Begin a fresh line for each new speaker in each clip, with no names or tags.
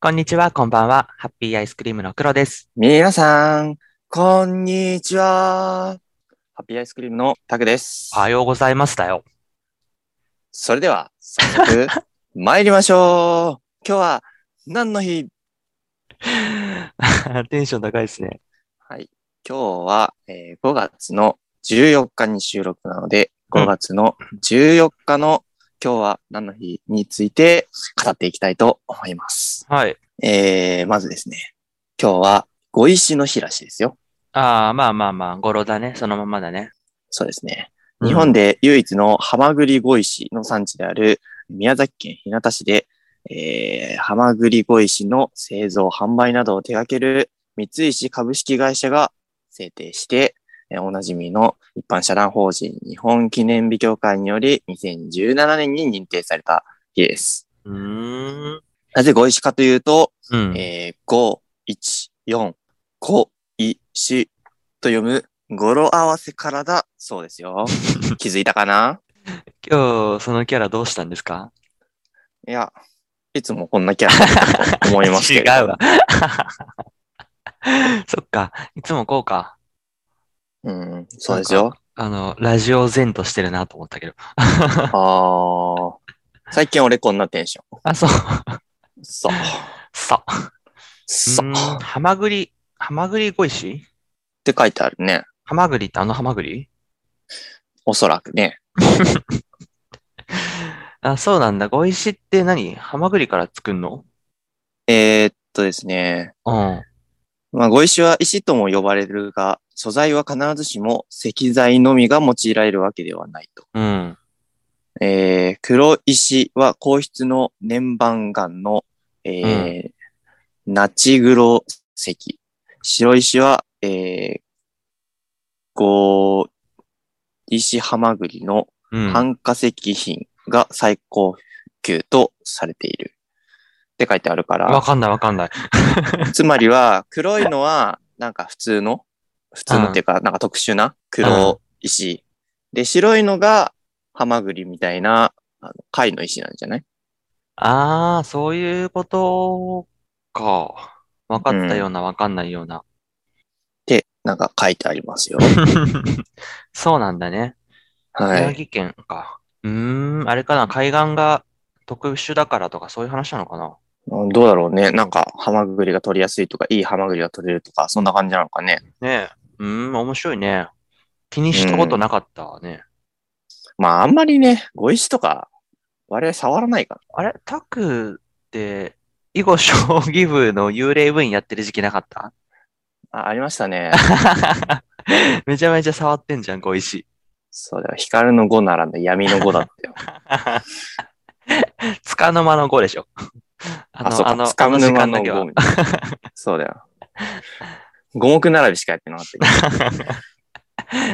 こんにちは、こんばんは。ハッピーアイスクリームの黒です。
皆さん、こんにちは。ハッピーアイスクリームのタクです。
おはようございますだよ。
それでは、早 速、参りましょう。今日は何の日
テンション高いですね。
はい。今日は、えー5月の14日に収録なので、
うん
5月の14日の今日は何の日について語っていきたいと思います。
はい。
えー、まずですね、今日は五石の日らしいですよ。
ああ、まあまあまあ、語呂だね。そのままだね。
そうですね。日本で唯一のハマグリ碁石の産地である宮崎県日向市で、えー、ハマグリ碁石の製造、販売などを手掛ける三石株式会社が制定して、えーおなじみの一般社団法人日本記念日協会により2017年に認定された日です。
うーん。
なぜ碁石かというと、
うん。
えー、5、1、4、5、石と読む語呂合わせからだそうです よ。気づいたかな
今日、そのキャラどうしたんですか
いや、いつもこんなキャラだと思いますけれ ど。
違うわ。そっか。いつもこうか。
うん、そうですよ。
あの、ラジオ前としてるなと思ったけど。
ああ。最近俺こんなテンショ
あ、そう。
ン。そう。
そう。
そう。
うーん
っ
ハマグリ、ハマグリ小石
て書いてあるね。
ハマグリってあのハマグリ
おそらくね。
あ、そうなんだ。小石って何ハマグリから作んの
えー、っとですね。
うん。
まあ、碁石は石とも呼ばれるが、素材は必ずしも石材のみが用いられるわけではないと。
うん。
えー、黒石は硬質の粘板岩の、えーナチグロ石。白石は、えー、ゴ石ハマグリの
うん。
半化石品が最高級とされている。って書いてあるか
わ
ら、
かんないわかんない。
つまりは黒いのはなんか普通の、普通のっていうか、なんか特殊な黒石。で、白いのがハマグリみたいな、あの貝の石なんじゃない
ああ、そういうことか。わかったような、わかんないよう な。
って、なんか書いてあります よ。
そうなんだね。
は
宮
い。
城県か。うーん、あれかな。海岸が特殊だからとか、そういう話なのかな。
どうだろうね。なんか、ハマグリが取りやすいとか、いいハマグリが取れるとか、そんな感じなのかね。
ねえ。うーん、面白いね。気にしたことなかったね。
まあ、あんまりね、碁石とか、我々触らないか
あれ、タクって、囲碁将棋部の幽霊部員やってる時期なかった
ら。あ、ありました ね。
めちゃめちゃ触ってんじゃん、小石。
そうだよ。光の碁ならぬ闇の碁だったよ。
つかの間の5でしょ。あ
あ、そうか。つかむ沼の碁みたいな。そうだよ。五目並びしかやってなかったけど。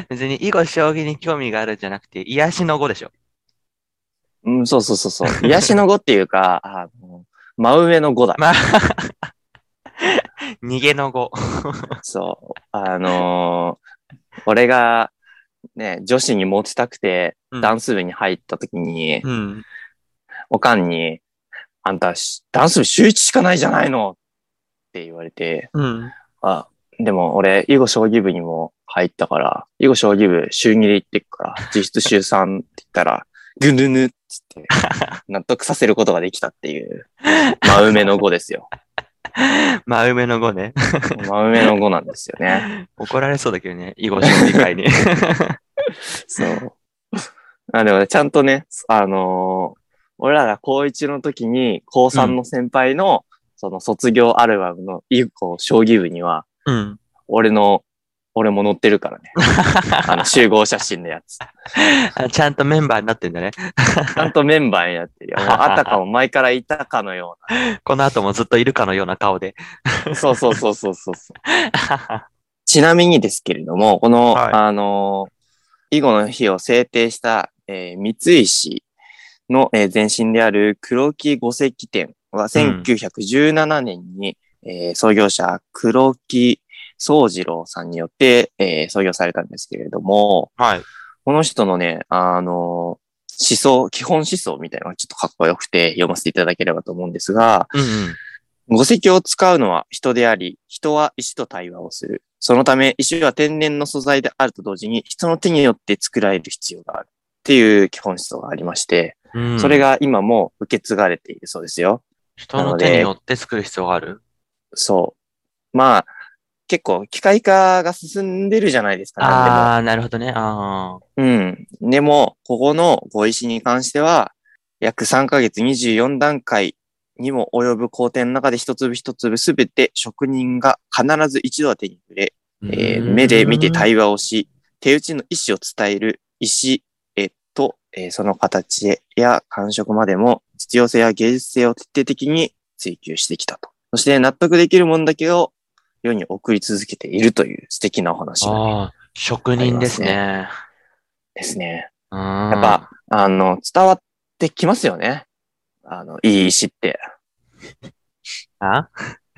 別に囲碁将棋に興味があるんじゃなくて、癒しの碁でしょ。
うん、そうそうそ うそう。癒しの碁っていうか、あの、真上の碁だ。
まあ、 逃げの碁。
そう。あのー俺が、ね、女子にモテたくて、
うん
ダンス部に入った時に、
うん。
おかんに、あんたし、ダンス部週一しかないじゃないのって言われて、
うん。
あ、でも俺、囲碁将棋部にも入ったから、囲碁将棋部週2で行ってくから、実質週3って言ったら、ぐぬぬっつって、納得させることができたっていう、真埋めの碁ですよ。
真埋めの碁ね。
真埋めの碁なんですよね。
怒られそうだけどね、囲碁将棋界に。
そう。あ、でもね、ちゃんとね、あのー俺らが高1の時に、高3の先輩の、その卒業アルバムの一個、将棋部には、
うん。
俺の、俺も載ってるからね。あの、集合写真のやつ。
ちゃんとメンバーになってんだね。
ちゃんとメンバーに なってるよ。もうあたかも前からいたかのよ
この後もずっといるかのような顔 で。
うな。そうそうそうそうそうそう。ちなみにですけれども、この、
はい
あのー、囲碁の日を制定した、えー三石の、えー前身である黒木五石店は
ん
1917年に、えー創業者黒木宗次郎さんによって、えー創業されたんですけれども、
はい。
この人のね、あのー思想、基本思想みたいなのがちょっとかっこよくて読ませていただければと思うんですが、
うんうん。
五石を使うのは人であり、人は石と対話をする。そのため、石は天然の素材であると同時に、人の手によって作られる必要がある。っていう基本思想がありまして、
うん
それが今も受け継がれているそうですよ。
人の手によって作る必要がある
そう。まあ、結構機械化が進んでるじゃないですか、何でも。
ああー、なるほどね。ああ。
うん。でも、ここのご意思に関しては、約3ヶ月24段階にも及ぶ工程の中で一粒一粒すべて職人が必ず一度は手に触れ、えー
うん
目で見て対話をし、手打ちの意思を伝える石、えっと、えーその形や感触までも必要性や芸術性を徹底的に追求してきたと。そして納得できるものだけを世に送り続けているという素敵なお話なん
ああ、職人ですね。
ですね。
うん。
やっぱ、あの、伝わってきますよね。あの、いい石って。
あ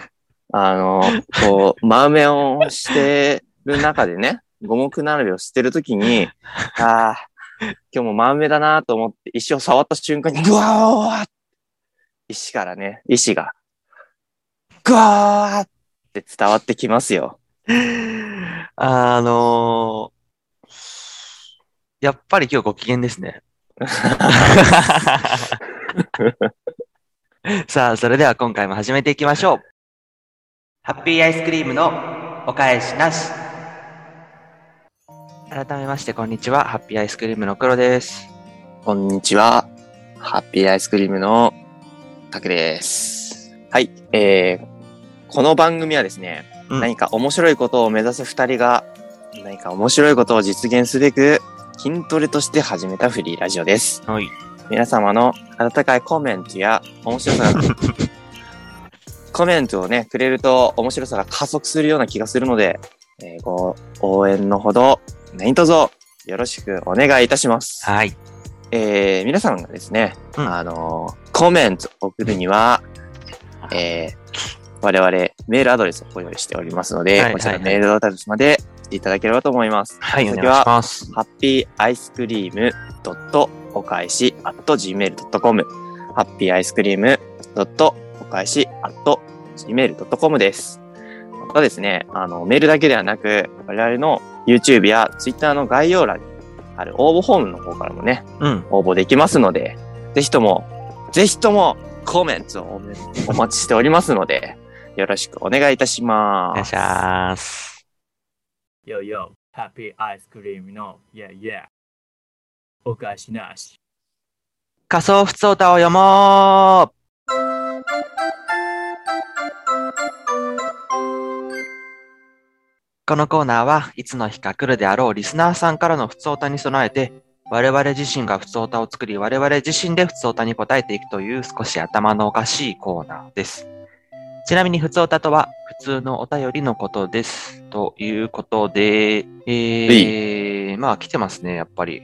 あの、こう、真埋めをしてる中でね、五目並べをしてるときに、ああ、今日も真埋めだなと思って石を触った瞬間に、ぐわー石からね、石が、ぐわーって伝わってきますよ。
あのーやっぱり今日ご機嫌です ね。さあ、それでは今回も始めていきましょう。ハッピーアイスクリームのお返しなし。改めまして、こんにちは。ハッピーアイスクリームの黒です。
こんにちは。ハッピーアイスクリームのタクです。はい。えー、この番組はですね、
うん
何か面白いことを目指す二人が、何か面白いことを実現すべく、筋トレとして始めたフリーラジオです。
はい。
皆様の温かいコメントや面白さが、コメントをね、くれると面白さが加速するような気がするので、えーご応援のほど、何卒よろしくお願いいたします。
はい。
えー皆さんがですね、
うん
あのーコメントを送るには、えー我々メールアドレスをご用意しておりますので、
はい
こちら
は
の
いはい
メールアドレスまで来ていただければと思います。
はい、お
先
願いし
は、
ます。
ハッピーアイスクリームドットお返し at gmail.com ハッピーアイスクリームドットお返し at gmail.com です。またですね、あの、メールだけではなく、我々の YouTube や Twitter の概要欄にある応募フォームの方からもね、
うん。
応募できますので、ぜひとも、ぜひともコメントをお待ちしておりますので、よろしくお願いいたし
お
ま
願いし
す。
ます。
よよ、ハッピーアイスクリームの、イェイイェイ。お返しなし。
仮想普通歌を読もうこのコーナーはいつの日か来るであろうリスナーさんからの普通歌に備えて我々自身が普通歌を作り我々自身で普通歌に答えていくという少し頭のおかしいコーナーです。ちなみに普通歌とは普通のお便りのことです。ということで、えー、まあ来てますね、やっぱり。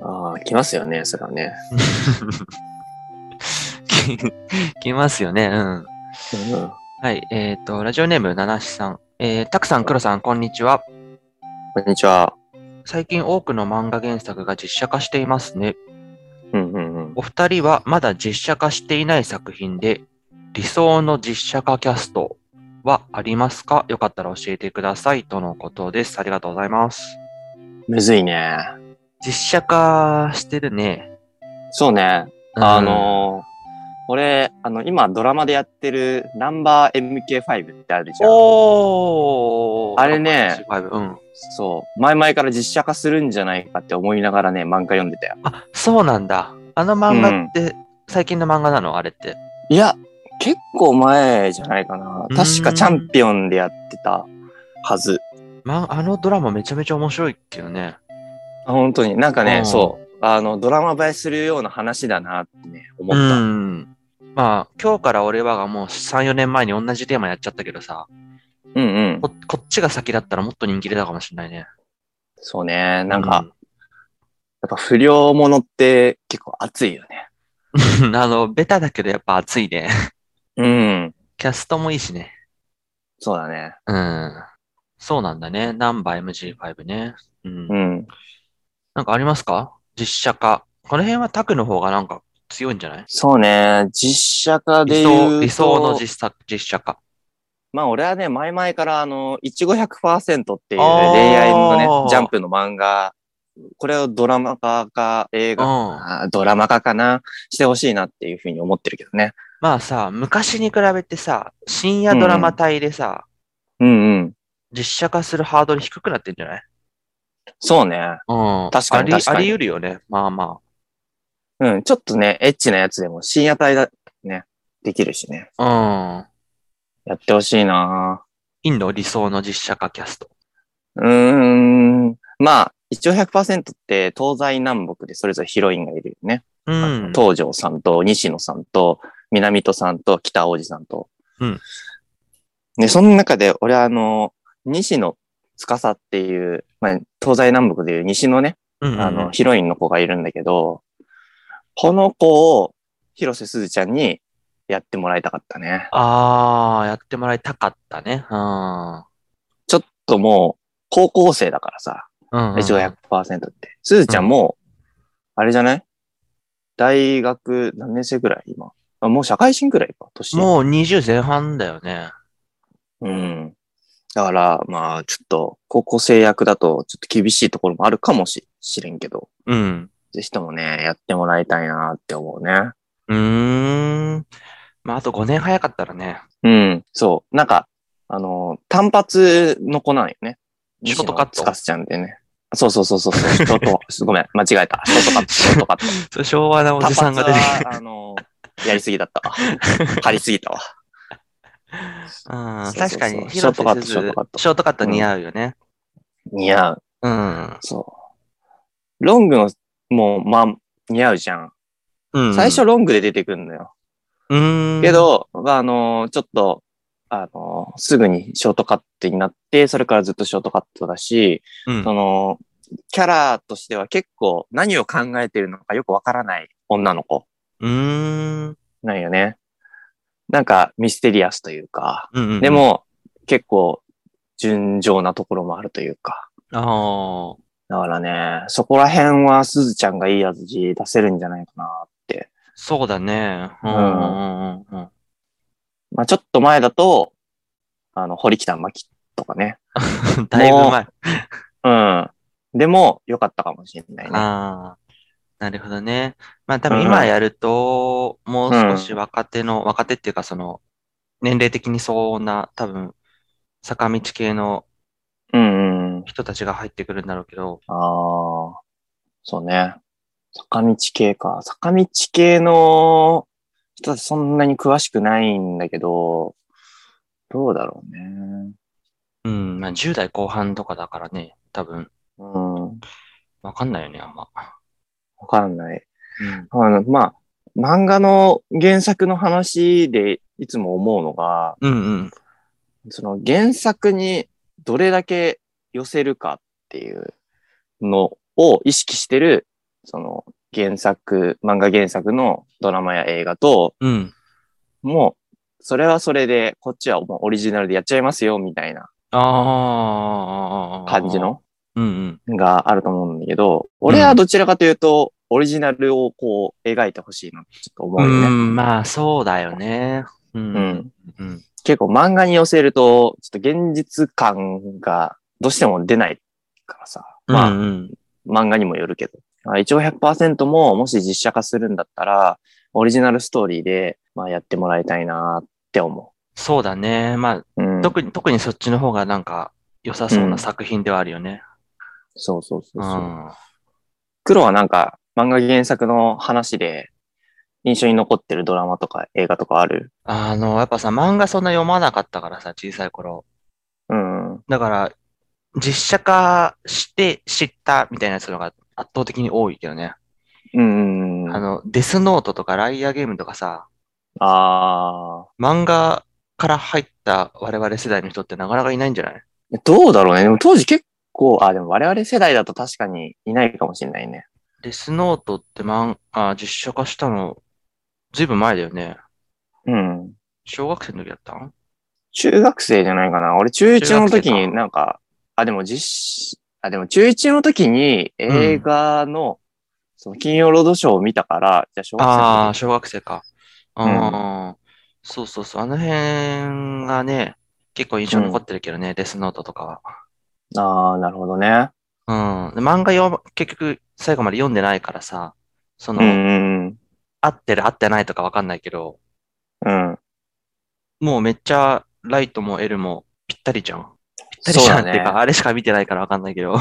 ああ、来ますよね、それはね。
き、 きますよね。うん。
うん
はい。えっ、と、ラジオネーム、七七さん。えー、たくさん、くろさん、こんにちは。
こんにちは。
最近多くの漫画原作が実写化していますね。
うんうんうん。
お二人はまだ実写化していない作品で、理想の実写化キャストはありますかよかったら教えてください。とのことです。ありがとうございます。
むずいね。
実写化してるね。
そうね。
うん
あ、のー俺、あの、今ドラマでやってるナンバー MK5 ってあるじゃん。
おー
あれね。
うん。
そう。前々から実写化するんじゃないかって思いながらね、漫画読んでたよ。
あ、そうなんだ。あの漫画って、最近の漫画なのあれって。
いや、結構前じゃないかな。確かチャンピオンでやってたはず。
ま、あのドラマめちゃめちゃ面白いけどね。
あ本当に。なんか
う
ね、
ん
そう。あの、ドラマ映えするような話だなってね、思
う
った。
ん。まあ、今日から俺はがもう3、4年前に同じテーマやっちゃったけどさ、
うんうん。
ここっちが先だったらもっと人気出たかもしれないね。
そうね。なん
う
か、やっぱ不良ものって結構熱いよね。
んあの、ベタだけどやっぱ熱いね。
うん。
キャストもいいしね。
そうだね。
うん。そうなんだね。ナンバー MG5 ね。うん。
うん。
なんかありますか実写化。この辺はタクの方がなんか強いんじゃない
そうね、実写化
理
で言うと
想、理想の実作実写化。
まあ俺はね、前々からあの、いちご100%っていうね
あー
恋愛のね、ジャンプの漫画、これをドラマ化か映
う
画、
ん。
あードラマ化かな、してほしいなっていうふうに思ってるけどね。
まあさ、昔に比べてさ、深夜ドラマ帯でさ、
うんうん。
実写化するハードル低くなってんじゃない
そうね。
うん。
確
あ
かに
り、
確かに
あり得るよね。まあま
うん、ちょっとね、エッチなやつでも深夜帯だ、ね、できるしね。
あ。うん。
やってほしいな
インド理想の実写化キャスト。
うーん。まあ、一応100%って東西南北でそれぞれヒロインがいるよね。
うん。
東條さんと西野さんと南戸さんと北王子さんと。
うん。
で、その中で俺はあの、西野司っていう、まあ、東西南北でいう西のね、
うんうんうん
あの、ヒロインの子がいるんだけど、この子を広瀬すずちゃんにやってもらいたかったね。
ああ、やってもらいたかったね。うん。
ちょっともう、高校生だからさ、
うん、うん。
一応100%って。すずちゃんも、あれじゃない大学何年生ぐらい今。あもう社会人ぐらいか、年。
もう20前半だよね。
うん。だから、まあ、ちょっと、高校生役だと、ちょっと厳しいところもあるかもししれんけど、
うん。
ぜひともね、やってもらいたいなって思うね。
うーん。まあ、あと5年早かったら ね。
うん、そう。なんか、あの、単発の子なんよね。
ショートカット
西野つかすちゃんでね。そうそうそうそ うそう。ショート、ごめん、間違えた。ショートカット、ショートカット。
それ昭和 なお
単
じさん
発
が出て
は、あの、やりすぎだったわ。張りすぎたわ。
くる。うん。
そうそう
確
そう
かに、
ショートカッ
広
ト
瀬すずシ
ショー
ョ
トカット
ートカット似合うよね。
似合う。
うん。
そう。ロングの、もう、まあ、似合うじゃん。
うん。
最初、ロングで出てくんのよ。
うーん。
け、ど、まあ、あのーちょっと、あのーすぐにショートカットになって、それからずっとショートカットだし、
うん
そ。の、キャラとしては結構何を考えてるのかよくわからない女の子
うーん。
なんよね。なんかミステリアスというか、
うんうん
で、も結構純情なところもあるというか。
ああ、
だからね、そこら辺はすずちゃんがいい味出せるんじゃないかなって。
そうだね。うんうんうんうん。
まあちょっと前だと、あの、堀北真希とかね。
だいぶ前。
うん。でも、良かったかもしれないね。
ああ、なるほどね。まあ多分今やると、もう少し若手の、若手っていうかその、年齢的に相応な、多分、坂道系の
うんうん。
人たちが入ってくるんだろうけど、
ああ。そうね。坂道系か。坂道系の人たちそんなに詳しくないんだけど、どうだろうね。
うん、まあ10代後半とかだからね、多分、
うん。
わかんないよね、あんま。
わかんない。
うん、
あの、まあ、漫画の原作の話でいつも思うのが、
うん、うん。
その原作にどれだけ寄せるかっていうのを意識してる、その原作、漫画原作のドラマや映画と、
うん。
もう、それはそれで、こっちはもうオリジナルでやっちゃいますよ、みたいな
ああ、
感じの
うん、うん。
があると思うんだけど、俺はどちらかというと、オリジナルをこう、描いてほしいなってちょっと思うよね。
うん、まあそうだよね。うん、
うん
うん。
結構漫画に寄せると、ちょっと現実感がどうしても出ないからさ。まあ、
うんうん、
漫画にもよるけど。まあ一応100%ももし実写化するんだったら、オリジナルストーリーで、まあ、やってもらいたいなって思
そうだね。まあ
う。うん。
特に、特にそっちの方がなんか良さそう
う
なん作品ではあるよね。
そうそうそう
う
そう、
ん。
黒はなんか漫画原作の話で印象に残ってるドラマとか映画とかある
あの、やっぱさ、漫画そんな読まなかったからさ、小さい頃。
うん。
だから、実写化して知ったみたいなやつのが圧倒的に多いけどね。
うん。
あの、デスノートとかライアーゲームとかさ、
あ
漫画から入った我々世代の人ってなかなかいないんじゃない
ーどうだろうね。でも当時結構、あ、でも我々世代だと確かにいないかもしれないね。
デスノートって漫画、実写化したの、ずいぶん前だよね。
うん。
小学生の時だったん
中学生じゃないかな。俺中1の時
中学生
に
か
なんか、あ、でも実施、あ、でも中1の時に映画のその金曜ロードショーを見たから、じゃあ小学生の時
ああ、小学生か。うん。そうそうそう。あの辺がね、結構印象残ってるけどね、デスノートとか
あー、なるほどね。
は。うん。で漫画読む、結局最後まで読んでないからさ、その、
うん。
合ってる合ってないとかわかんないけど、
うん。
もうめっちゃライトもエルもぴったりじゃん。ぴったりじゃんっていう
そうだ
か、
ね
あれしか見てないからわかんないけ ど。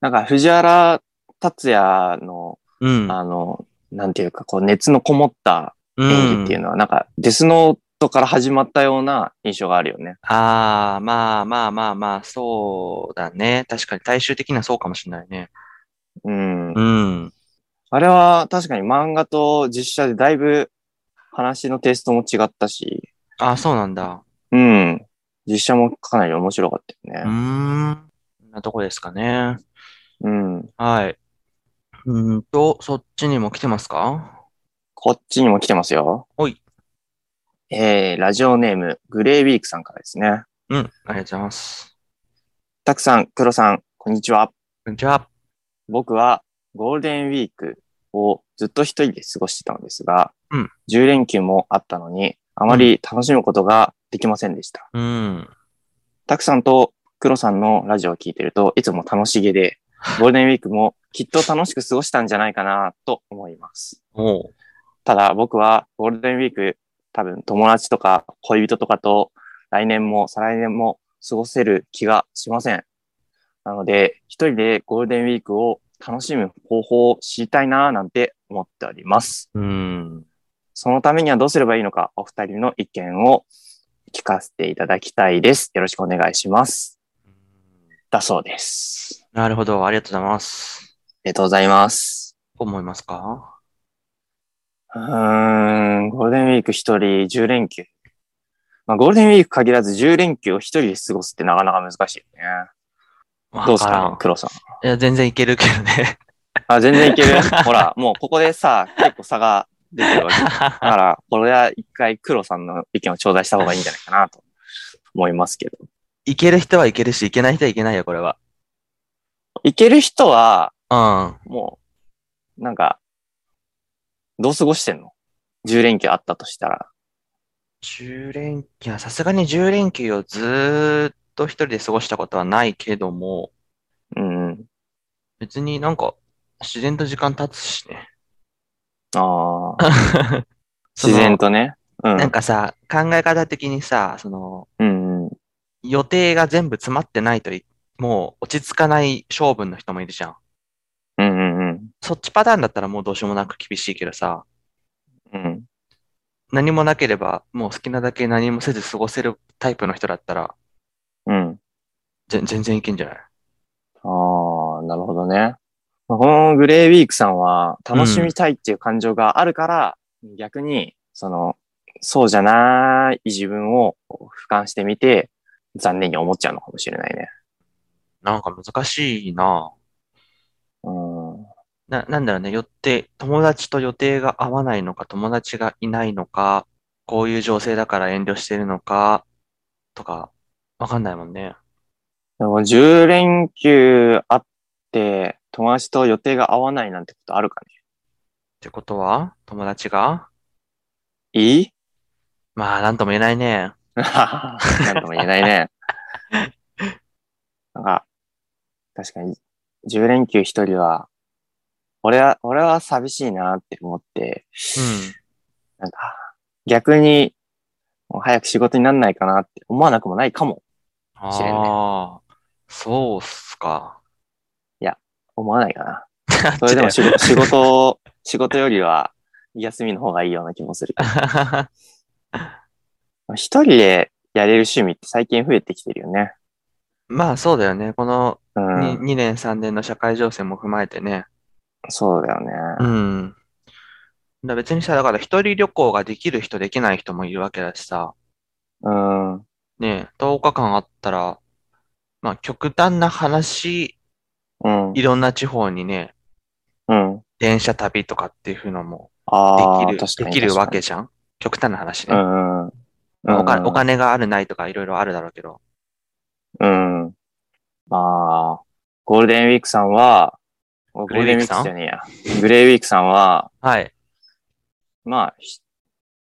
なんか藤原達也の、
うん。
あの、なんていうか、こう熱のこもった
う
演技
ん
っていうのは、なんかデスノートから始まったような印象があるよね。
ああ、まあまあまあまあ、そうだね。確かに大衆的にはそうかもしれないね。
う
う
ん。
ん。
あれは確かに漫画と実写でだいぶ話のテイストも違ったし、
ああ、そうなんだ。
うん。実写もかなり面白かった
うー
よね。
ん。こんなとこですかね。
うん。
はい。うーんと、そっちにも来てますか
こっちにも来てますよ。
おい。
えー、ラジオネーム、グレーウィークさんからですね。
うん。ありがとうございます。
たくさん、黒さん、こんにちは。
こんにちは。
僕はゴールデンウィークをずっと一人で過ごしてたのですが、
うん
10連休もあったのに、あまり楽しむことができませんでした。
うん。
たくさんと黒さんのラジオを聞いてると、いつも楽し げで、ゴールデンウィークもきっと楽しく過ごしたんじゃないかなと思います。
おう。
ただ僕はゴールデンウィーク、多分友達とか恋人とかと来年も再来年も過ごせる気がしません。なので、一人でゴールデンウィークを楽しむ方法を知りたいなぁなんて思っております。
うん。
そのためにはどうすればいいのか、お二人の意見を聞かせていただきたいです。よろしくお願いします。だそうです。
なるほど。ありがとうございます。
ありがとうございます。
どう思いますか
うーん、ゴールデンウィーク一人10連休。まあ、ゴールデンウィーク限らず10連休を一人で過ごすってなかなか難しいよね。どうです
わら
か
ん
黒さん。
いや、全然いけるけどね。
あ、全然いける。ほら、もうここでさ、結構差が出てる わけ。だから、これは一回黒さんの意見を頂戴した方がいいんじゃないかなと思いますけど。
いける人はいけるし、いけない人はいけないよ、これは。
いける人は、
うん。
もう、なんか、どう過ごしてんの ?10 連休あったとしたら。
10連休、いやさすがに10連休をずーっと一人で過ごしたことはないけども、
うんうん。
別になんか自然と時間経つし ね。
ああ。自然とね。う
なん
ん。
かさ、考え方的にさ、その、
うんうん。
予定が全部詰まってないとい、もう落ち着かない性分の人もいるじゃん。
うんうんうん。
そっちパターンだったらもうどうしようもなく厳しいけどさ、
うん。
何もなければ、もう好きなだけ何もせず過ごせるタイプの人だったら、
うん。
ぜ全然いけんじゃない
ああ、なるほどね。まあこのグレーウィークさんは、楽しみたいっていう感情があるから、逆に、その、そうじゃない自分をこう俯瞰してみて、残念に思っちゃうのかもしれないね。
なんか難しいな
うん。
な、なんだろうね、予定、友達と予定が合わないのか、友達がいないのか、こういう情勢だから遠慮してるのか、とか、わかんないもんね。
でも10連休あって、友達と予定が合わないなんてことあるか
ってことは、友達が
ねいい
まあ、なんとも言えないね。
なんとも言えない ね。なんか、確かに、10連休一人は、俺は、俺は寂しいなって思って、なんか、逆に、もう早く仕事になんないかなって思わなくもないかも。
うん。
知れんね
ああ、そうっすか。
思わないかな。
あっ
それ
ち
で
だよ
も仕事、仕事、 仕事よりは、休みの方がいいような気もするけど。一人でやれる趣味って最近増えてきてるよね。
まあ、そうだよね。この
う
に
ん。
2年3年の社会情勢も踏まえてね。
そうだよね。
うん。だ別にさ、だから一人旅行ができる人、できない人もいるわけだしさ。
うん。
ねえ、10日間あったら、まあ極端な話、
うん。
いろんな地方にね、
うん。
電車旅とかっていうのもで
ああ、
きる、
確かに。
できるわ
確かに
けじゃん極端な話
う
ね。
んうんう
まあ
ん。
お金お金があるないとかいろいろあるだろうけど。
うん。まあ、ゴールデンウィークさんは、ゴー
グレー
ル
ウィー
デンウ
ク
ィーク
さん
じゃねえや。グレーウィークさんは、
はい。
まあ、ひ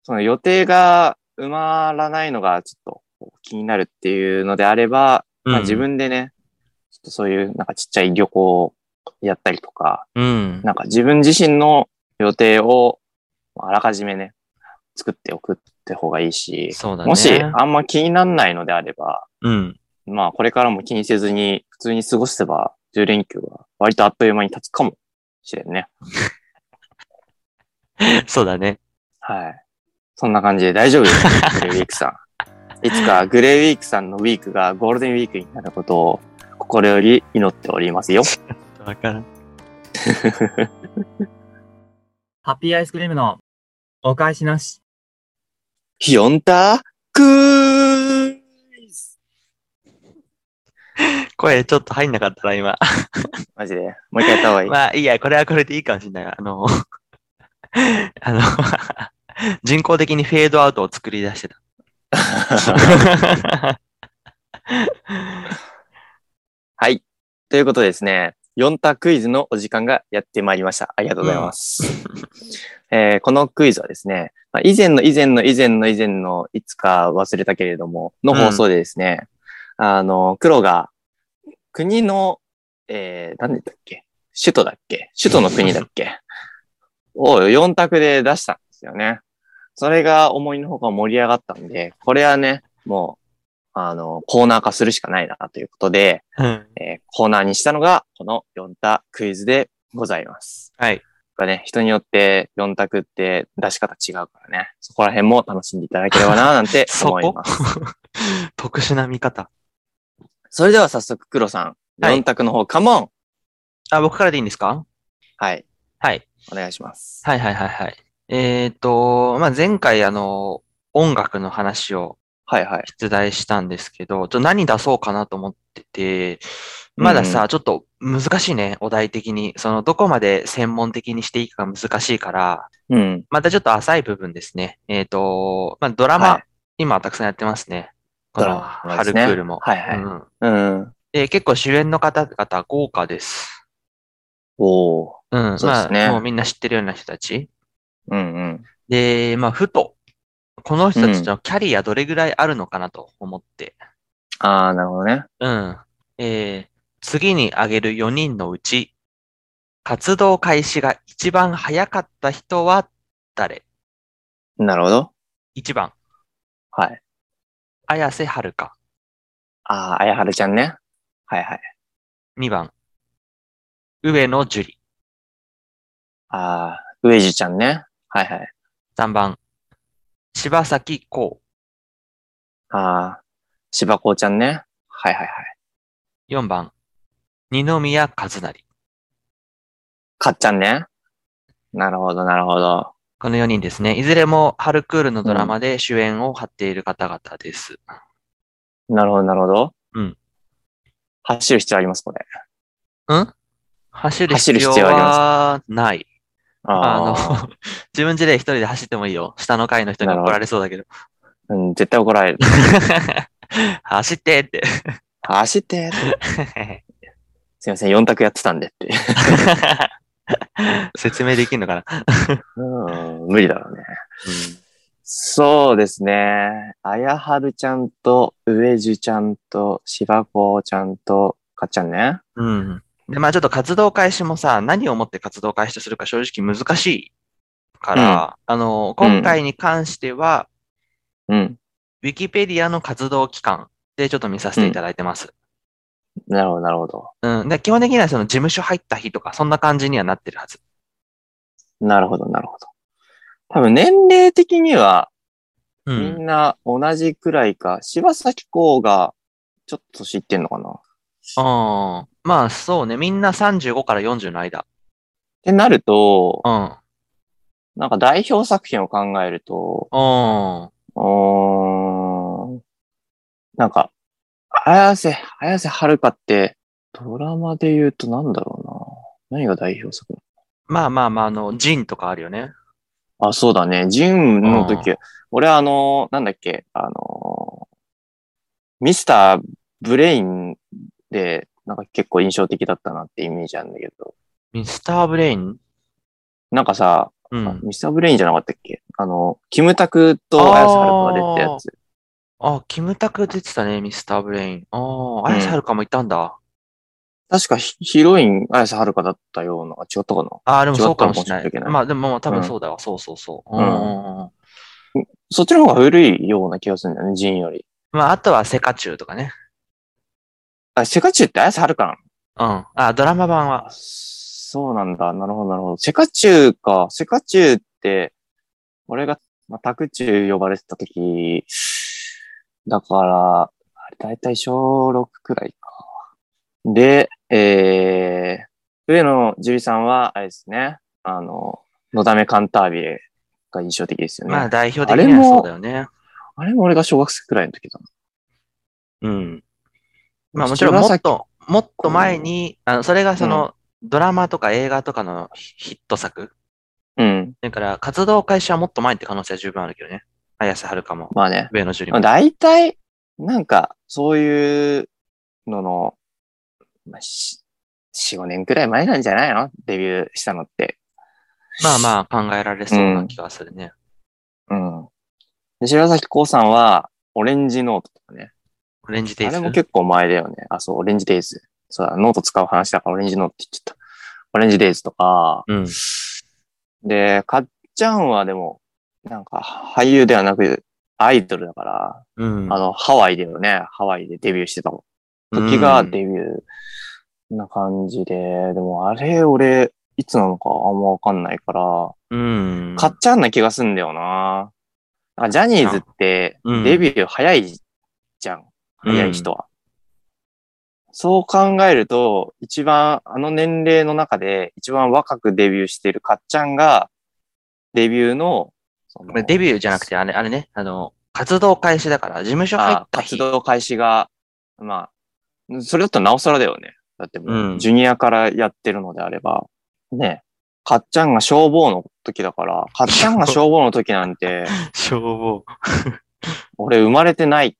その予定が埋まらないのがちょっと気になるっていうのであれば、
うん
まあ、自分でね、ちょっとそういうなんかちっちゃい旅行をやったりとか、
うん。
なんか自分自身の予定をまああらかじめね、作っておくって方がいいし、
そうだね。
もしあんま気にならないのであれば、
うん。
まあこれからも気にせずに普通に過ごせば10連休は割とあっという間に経つかもしれんね。
そうだね。
はい。そんな感じで大丈夫です。グレーウィークさん。 いつかグレーウィークさんのウィークがゴールデンウィークになることを心より祈っておりますよ。
わからん。
ハッピーアイスクリームのお返しなし。
ヨンタクー
声ちょっと入んなかったな、今。
マジで。もう一回やった方がい い。
まあいいや、これはこれでいいかもしれない。あの、 あの、 人工的にフェードアウトを作り出 してた。
はい。ということでですね、ヨンタクイズのお時間がやってまいりました。ありがとうございます。えーこのクイズはですね、まあ、以前の以前の以前の以前のいつか忘れたけれども、の放送でですね、あの、黒が国の、えー、何でだっけ首都だっけ首都の国だっけを4択で出したんですよね。それが思いのほか盛り上がったんで、これはね、もう、あの、コーナー化するしかないなということで、
うん
えーコーナーにしたのが、この4択クイズでございます。
はい。
これね、人によって4択って出し方違うからね、そこら辺も楽しんでいただけれ ばな、なんて
そ
思い
こ
ます。そ
特殊な見方。
れでは早速、黒さん、
はい
4択の方、カモン
あ、僕からでいいんですか
はい、
はい。
お願いします。
はいはいはいはい。えっ、と、まあ、前回あの、音楽の話を
はいはい。
出題したんですけど、ちょっと何出そうかなと思ってて、まださ、
う
ちょっと難しいね、お題的に。その、どこまで専門的にしていいかが難しいから、
うん。
またちょっと浅い部分ですね。えっ、と、まあ、ドラマ、
はい
今たくさんやってますね。こ
ド
の、
ラマ
ハルクールも。
はいはい。
うん
うん。
で、結構主演の方々豪華です。
おー。
うん。
そうですね
まあ、もうみんな知ってるような人たち。
うんうん。
で、まあ、ふと、この人たちのキャリアどれぐらいあるのかなと思って。
あー、なるほどね。
うん。えー、次に挙げる4人のうち、活動開始が一番早かった人は誰
なるほど。
?1 番、
はい。
綾瀬はるか。
あー、あやはるちゃんね。はいはい。
2番、上野樹里。
あー、上地ちゃんね。はいはい。
3番、柴咲コ
あー、芝子ちゃんね。はいはいはい。
ウ。4番、二宮和也。
かっちゃんね。なるほど、なるほど。
この4人ですね。いずれもハルクールのドラマで主演を張っている方々です。
なるほど、なるほど。
うん。
走る必要あります、これ。
走る
走る
必要
必要はあります
はない。
あ
あの、 自分自で一人で走ってもいいよ。下の階の人に
なるほ
怒
ど
られそうだけど。
の、うん、絶対怒られる。
走ってって。
走ってすいません、4択やってたんでって。
説明できるのかな、
うん、無理だろうね。そうですね。あやはるちゃんと、上樹ちゃんと、芝子ちゃんと、かっちゃんね。
うん、で、まあちょっと活動開始もさ、何をもって活動開始とするか正直難しいから、あの、今回に関しては、
うん。
ウィキペディアの活動期間でちょっと見させていただいてます。
なるほど、なるほど。
うん。で基本的にはその事務所入った日とか、そんな感じにはなってるはず。
なるほど、なるほど。多分年齢的には、
う
みんな同じくらいか、柴咲コウが、ちょっと年いってんのかな。
ああ。まあそうね。みんな35から40の間。
ってなると、
うん。
なんか代表作品を考えると、
うん。
うーん、なんか、綾瀬、綾瀬はるかって、ドラマで言うとなんだろうな。何が代表作
まあまあまあ、あの、ジンとかあるよね。
あ、そうだね。ジンの時
う、
俺あの、なんだっけ、あの、ミスターブレインで、なんか結構印象的だったなってイメージあるんだけど。
ミスターブレイン
なんかさ、
うん。
ミスターブレインじゃなかったっけあの、キムタクと綾瀬はるかが出てたやつ。
あ、キムタク出てたね、ミスターブレイン。ああ、綾瀬はるかもいたんだ。
確かヒヒロイン綾瀬はるかだったような、違ったかな
ああ、でも
違った
そうかもしれな
かも
い
しれ。ない
まあでもまあ多分そうだわ。そうそうそう。うんうんうん。
そっちの方が古いような気がするんだよね、ジンより。
まああとはセカチュウとかね。
あ、セカチュウって綾瀬はるかなの
うん。あ、ドラマ版は。
そうなんだ。なるほど、なるほど。セカチュウか。セカチュウって、俺が、まあ、タクチュウ呼ばれてた時、だから、あれだいたい小6くらいか。で、えー、上野樹里さんは、あれですね、あの、のだめカンタービレが印象的ですよね。
まあ代表的にはそうだよね。
あれも俺が小学生くらいの時だな。
うん。まあもちろんもっと、もっと前に、あの、それがその、ドラマとか映画とかのヒット作。
うん。
だから、活動開始はもっと前って可能性は十分あるけどね。綾瀬はるかも、
まあね。
上野樹里
まあ、
も。
大体、なんか、そういうのの、まあ、し4、5年くらい前なんじゃないのデビューしたのって。
まあまあ考えられそうな気がするね。
うん。で、白崎光さんは、オレンジノートとかね。
オレンジデイ
あ
ズ。
れも結構前だよね。あ、そう、オレンジデイズ。そうだ、ノート使う話だからオレンジノートって言っちゃった。オレンジデイズとか、
うん。
で、かっちゃんはでも、なんか、俳優ではなく、アイドルだから、
うん。
あの、ハワイだよね。ハワイでデビューしてたもん。時が
うん
デビューな感じで、でもあれ俺、いつなのかあんまわかんないから、
うん。
買っちゃうんな気がすんだよな。あジャニーズって
うん
デビュー早いじゃん。
うん
早い人は。そう考えると、一番あの年齢の中で一番若くデビューしてるかっちゃんが、デビューの、その
デビューじゃなくて、あれ、あれね、あの、活動開始だから、事務所入っ
あ
た
活
日。
動開始が、まあ、それだとなおさらだよね。だっても
う
う、
ん
ジュニアからやってるのであれば、ね、かっちゃんが消防の時だから、かっちゃんが消防の時な んて、
消防。
俺生まれてない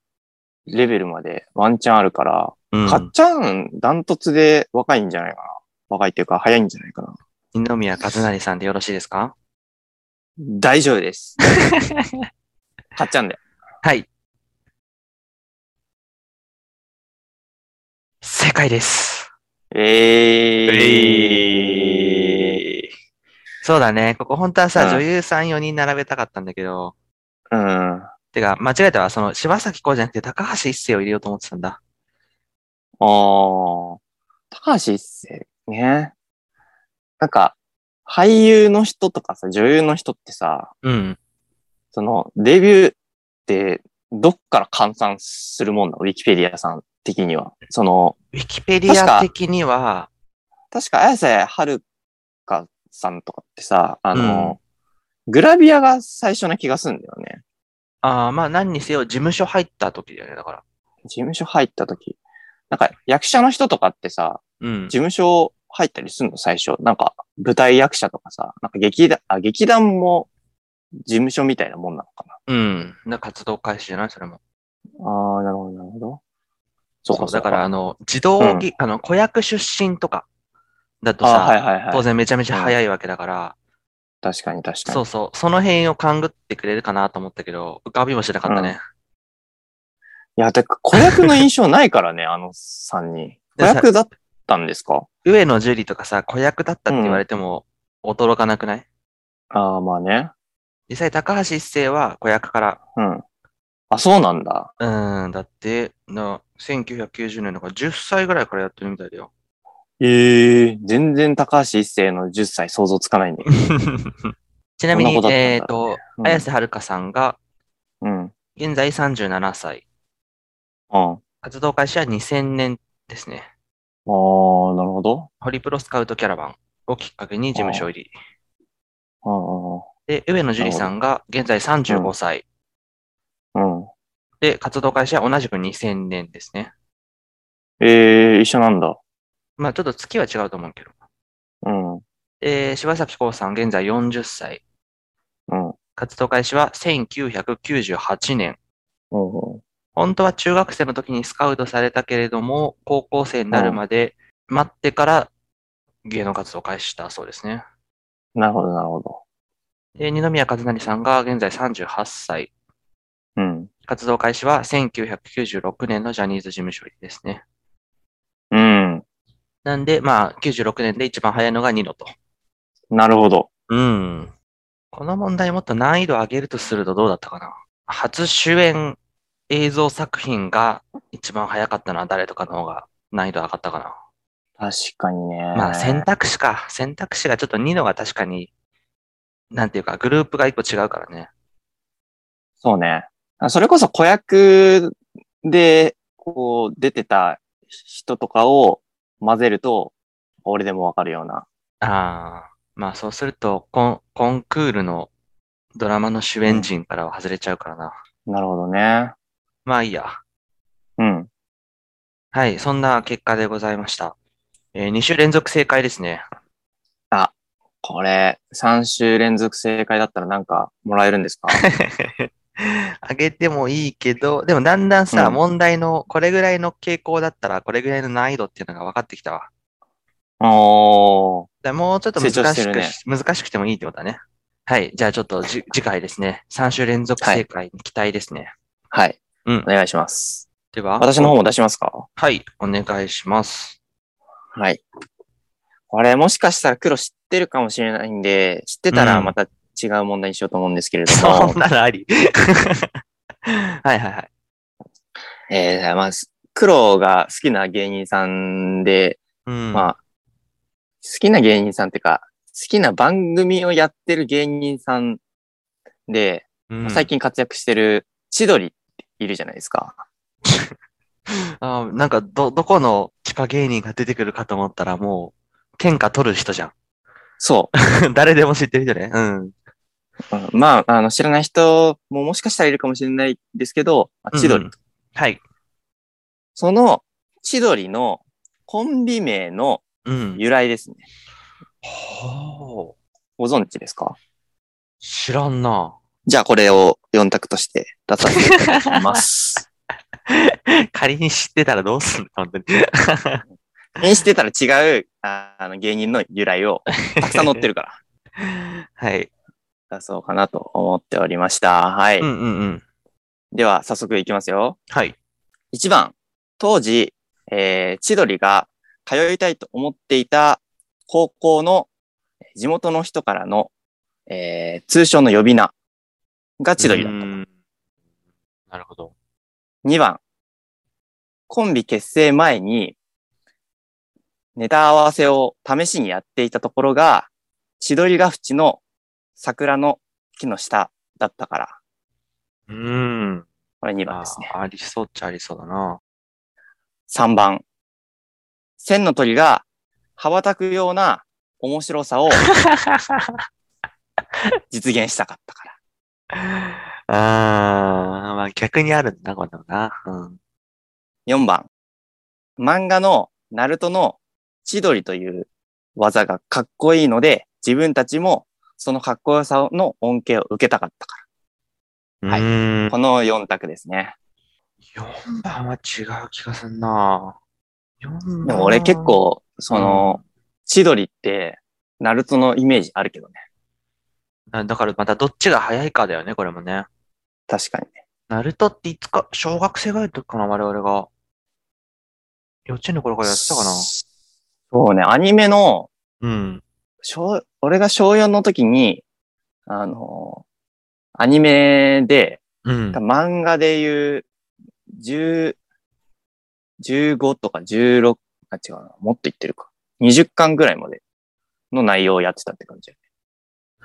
レベルまでワンチャンあるから、
うん
かっちゃん、ダントツで若いんじゃないかな。若いっていうか、早いんじゃないかな。
二宮和也さんでよろしいです か
大丈 夫です。かっちゃんだよ。
はい。正解です。
えー。
えそうだね。ここ本当はさ、
うん
女優さん4人並べたかったんだけど、
うん。
てか、間違えたわ。その、柴咲コウじゃなくて高橋一生を入れようと思ってたんだ。
ああ、高橋一生ね。なんか、俳優の人とかさ、女優の人ってさ、
うん。
その、デビューって、どっから換算するもんなのウィキペディアさん的には。その、
ウィキペディ
確
ア
か
的には、
確か、綾瀬はるかさんとかってさ、あの、グラビアが最初な気がするんだよね。
ああ、まあ何にせよ、事務所入った時だよね、だから。
事務所入った時。なんか、役者の人とかってさ、
うん
事。務所入ったりするの最初。なんか、舞台役者とかさ、なんか劇団、あ、劇団も事務所みたいなもんなのか
うん。な活動開始じゃないそれも。
な。ああ、なるほど、なるほど。そうか、
だから、あ
あの、
の、児童ぎ、あの、子役出身とか、だと
あー
さ、
はいはいは
当
い。
然めちゃめちゃ早いわけだから、
確かに確かに。
そうそう、その辺を勘ぐってくれるかなと思ったけど、浮かびもしなかったね。
いや、だから子役の印象ないからね、あ の3人。子役だったんですか
上野樹里とかさ、子役だったって言われても驚かなくない、
ああ、まあね。
実際高橋一生は子役から、
うん。あ、そうなんだ。
うーん、だって、な、1990年だから10歳ぐらいからやってるみたいだ よ。
ええ全然高橋一生の10歳想像つかないね。
ちなみに、
そんなことだったんだ
えっ、と、
うん
綾瀬はるかさんが、
うん。うん。
現在37歳。
ああ、
活動開始は2000年ですね。
なるほど。
ホリプロスカウトキャラバンをきっかけに事務所入り。
う
で、上野樹里さんが現在35歳。
んうんうん。うん。
で、活動開始は同じく2000年ですね。
ええ一緒なんだ。
まあちょっと月は違うと思うけど。
うん。うん。
えー、柴咲コウさん現在40歳。
うん。
活動開始は1998年。
うん。
本当は中学生の時にスカウトされたけれども、高校生になるまで待ってから芸能活動を開始したそうですね。
なるほど、なるほど。
で二宮和也さんが現在38歳。
うん。
活動開始は1996年のジャニーズ事務所入りですね。
うん。
なんで、まあ、96年で一番早いのがニノと。
なるほど。
うん。この問題もっと難易度を上げるとするとどうだったかな。初主演映像作品が一番早かったのは誰とかの方が難易度上がったかな。
確かにね。
まあ選択肢か。選択肢がちょっとニノが確かに、なんていうか、グループが一個違うからね。
そうね。あそれこそ子役で、こう、出てた人とかを混ぜると、俺でもわかるような。
ああ、まあそうするとコン、コンクールのドラマの主演陣からは外れちゃうからな。
なるほどね。
まあいいや。
うん。
はい、そんな結果でございました。え2週連続正解ですね。
これ、3週連続正解だったらなんかもらえるんです か
あげてもいいけど、でもだんだんさ、
うん
問題のこれぐらいの傾向だったら、これぐらいの難易度っていうのが分かってきたわ。だか
おー。
らもうちょっと難
成長して
し
る
く
ね
し難しくてもいいってことだね。はい。じゃあちょっとじ次回ですね。3週連続正解に期待ですね。
はい。
うん
お願いします。
では、
私の方も出しますか
はい。お願いし ます。
はい。これもしかしたら黒知ってるかもしれないんで、知ってたら
うん
また違う問題にしようと思うんですけれども、
そんなのあり。 はいはいはい。
えー、まあ、す黒が好きな芸人さんで、
うん。
まあ、好きな芸人さんってか、好きな番組をやってる芸人さんで、
うん
最近活躍してる千鳥っているじゃないですか。
あーなんか、ど、どこの地下芸人が出てくるかと思ったら、もう、天下取る人じゃ
そ
ん。 誰でも知ってる人ね。うん。
う。うんまあ、あの、知らない人ももしかしたらいるかもしれないですけど、まあ千鳥。
うんうんはい。
その千鳥のコンビ名の
うん。
由来ですね。
ほう。
ご存知ですか
知らんな。
じゃあこれを4択として出させていただき ます。
仮に知ってたらどうすんの本当に。
演してたら違うああの芸人の由来をたくさん載ってるから
はい。
出そうかなと思っておりました。はい。
うんうんうん。
では早速いきますよ。
はい。
1番、当時、えー千鳥が通いたいと思っていた高校の地元の人からの、えー通称の呼び名が千鳥だった
う。んなるほど。
2番、コンビ結成前に、ネタ合わせを試しにやっていたところが、千鳥ヶ淵の桜の木の下だったから、
うん。
これ2番
あ
ですね。
ーありそうっちゃありそうだな。
3番、千の鳥が羽ばたくような面白 さを実現したかったから。
ああ、まあ逆にあるんだ、これもな。うん。
4番、漫画のナルトの千鳥という技がかっこいいので、自分たちもそのかっこよさの恩恵を受けたかったかはい
い
ら。この4択ですね。
4番は違う気がすんな。4
でも俺結、構、その、千鳥って、ナルトのイメージあるけどね。
あだからまたどっちが早いかだよね、これもね。
確かにね。
ナルトっていつか、小学生ぐらいの時かな、我々が。幼稚園の頃からやってたかな。
そうね、アニメの、
うん。
小、俺が小4の時に、あの、アニメで、
うん。
漫画でいう、10 15とか16、あ、違うな、もっと言ってるか。20巻ぐらいまでの内容をやってたって感じ。
う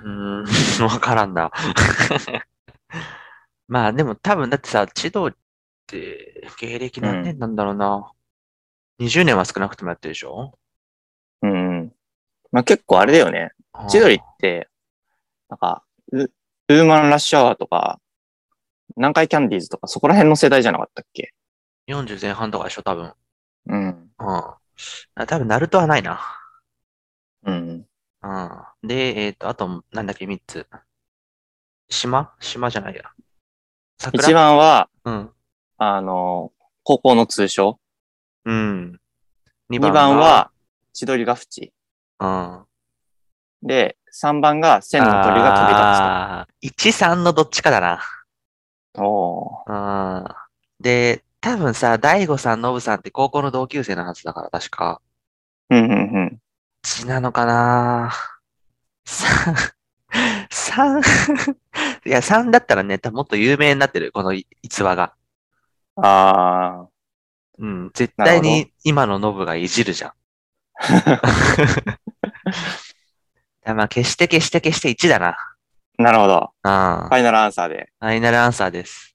ーん、わ からんな。まあでも多分だってさ、千鳥って芸歴何年なんだろうな。20年は少なくともやってるでしょ
うん。まあ、結構あれだよね。千鳥って、なんか、ウウーマンラッシュアワーとか、南海キャンディーズとか、そこら辺の世代じゃなかったっけ
うん40前半とかでしょ、多分。うん。
うん。
あ多分、ナルトはないな。
うん。
うん。で、えっ、と、あと、なんだっけ、3つ。島島じゃないや。桜
一番は、
うん。
あの、高校の通称。
うん。2
2番、は、千鳥ヶ淵。
うん。
で、3番が千の鳥が飛び立
あー1、3のどっちかだな。
つと。お
うんで、多分さ、大悟さん、ノブさんって高校の同級生のはずだから、確か。
ー。うんうんうん。
ちなのかな三、三、 いや、三だったらね、多分もっと有名になってる、このい逸話が。
あ
うん、絶対
なる
に今のノブがいじるじゃん。 あまあ、決して決して決して1だな。
ー、 なるほど。
うん。
ファイナルアンサーで。
ファイナルアンサーです。